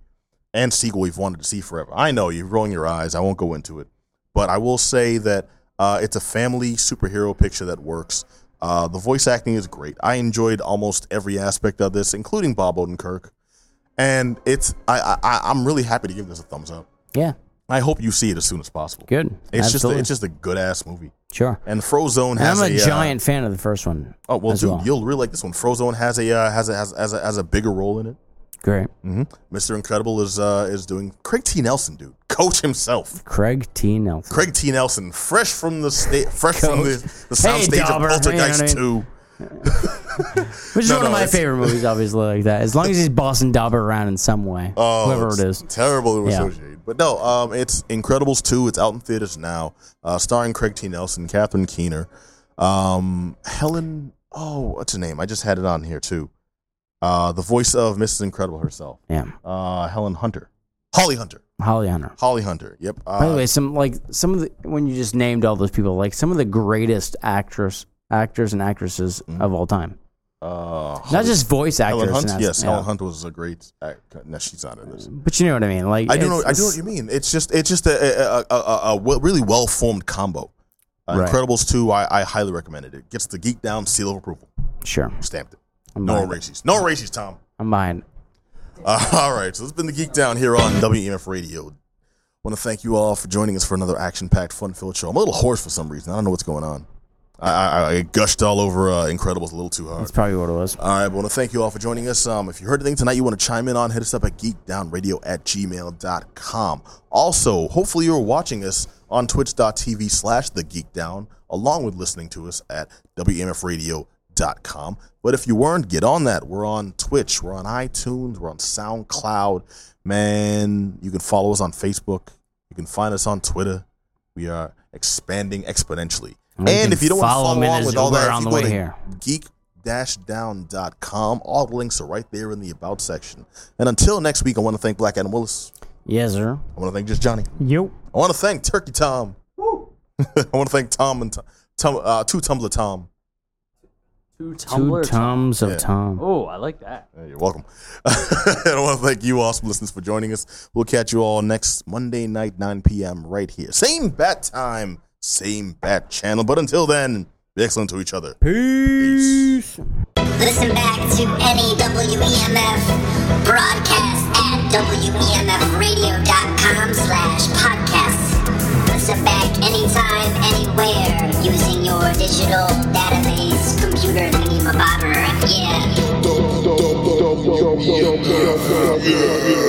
E: and sequel we've wanted to see forever. I know you're rolling your eyes. I won't go into it, but I will say that uh, it's a family superhero picture that works. Uh, the voice acting is great. I enjoyed almost every aspect of this, including Bob Odenkirk. And it's I, I I- I'm really happy to give this a thumbs up.
F: Yeah.
E: I hope you see it as soon as possible.
F: Good.
E: It's just a,
F: Absolutely.
E: it's just a good ass movie.
F: Sure.
E: And Frozone
F: And
E: has
F: I'm a
E: uh,
F: giant fan of the first one.
E: oh well,
F: as
E: dude,
F: well.
E: you'll really like this one. Frozone has a uh, has a has has a, has a bigger role in it.
F: Great.
E: Mr. Incredible is uh is doing Craig T. Nelson, dude, coach himself.
F: Craig T. Nelson.
E: Craig T. Nelson, fresh from the state, fresh from the,
F: Coach.
E: the soundstage of
F: Dauber,
E: Poltergeist
F: man.
E: Two.
F: Which is
E: No,
F: one of
E: no,
F: my
E: it's-
F: favorite movies, obviously, like that. As long as he's bossing Dauber around in some way.
E: Oh,
F: whoever
E: it's
F: it is.
E: Terrible to
F: Yeah.
E: associate. But no, um, it's Incredibles 2. It's out in theaters now, uh, starring Craig T. Nelson, Catherine Keener, um, Helen. Oh, what's her name? I just had it on here, too. Uh, the voice of Mrs. Incredible herself,
F: Yeah.
E: uh, Helen Hunter. Holly Hunter.
F: Holly Hunter.
E: Holly Hunter. Yep. Uh,
F: By the way, some like some of the when you just named all those people, like some of the greatest actress actors and actresses
E: Mm-hmm.
F: of all time.
E: uh,
F: Not just voice actors.
E: Helen
F: and
E: Hunt.
F: act-
E: Yes,
F: yeah.
E: Helen Hunt was a great. Act. No, she's not in this.
F: But you know what I mean. Like
E: I do know.
F: it's-
E: I do know what
F: it's-
E: you mean. It's just it's just a a, a, a, a well- really well formed combo. Uh,
F: Right.
E: Incredibles two, I, I highly recommend it. It gets the geek down seal of approval.
F: Sure.
E: Stamped it.
F: I'm
E: No
F: buying. it.
E: races. No races, Tom.
F: I'm buying. it.
E: Uh, *laughs* all right. So it's been the geek down here on WMF Radio. Want to thank you all for joining us for another action packed, fun filled show. I'm a little hoarse for some reason. I don't know what's going on. I, I, I gushed all over uh, Incredibles a little too hard.
F: That's probably what it was.
E: All right, I want to thank you all for joining us. Um, if you heard anything tonight you want to chime in on, hit us up at geekdownradio at gmail.com. Also, hopefully you're watching us on twitch.tv slash the geekdown, along with listening to us at wmfradio.com. But if you weren't, get on that. We're on Twitch, we're on iTunes, we're on SoundCloud. Man, you can follow us on Facebook. You can find us on Twitter. We are expanding exponentially.
F: you
E: and
F: can
E: if you don't want to
F: follow
E: follow
F: him in
E: along
F: his
E: with all
F: Uber
E: that,
F: on
E: if you
F: the
E: go
F: way
E: to
F: here.
E: geek-down.com. All the links are right there in the About section. And until next week, I want to thank Black Adam Willis.
F: Yes, sir.
E: I want to thank Just Johnny.
G: Yo.
E: I want to thank Turkey Tom. *laughs* I want to thank Tom and Tom, Tom uh, two Tumblr Tom.
I: Two
F: Two
I: tumbler.
F: tums of
E: Yeah.
F: Tom.
I: oh, I like that.
E: Uh, You're welcome. *laughs* and I want to thank you, awesome listeners, for joining us. We'll catch you all next Monday night, 9 p.m. right here. Same bat time, same bat channel. But until then, be excellent to each other. Peace.
J: Listen back to any WEMF broadcast at E WEMFradio.com slash podcasts. Listen back anytime, anywhere, using your digital database computer thingy Yeah.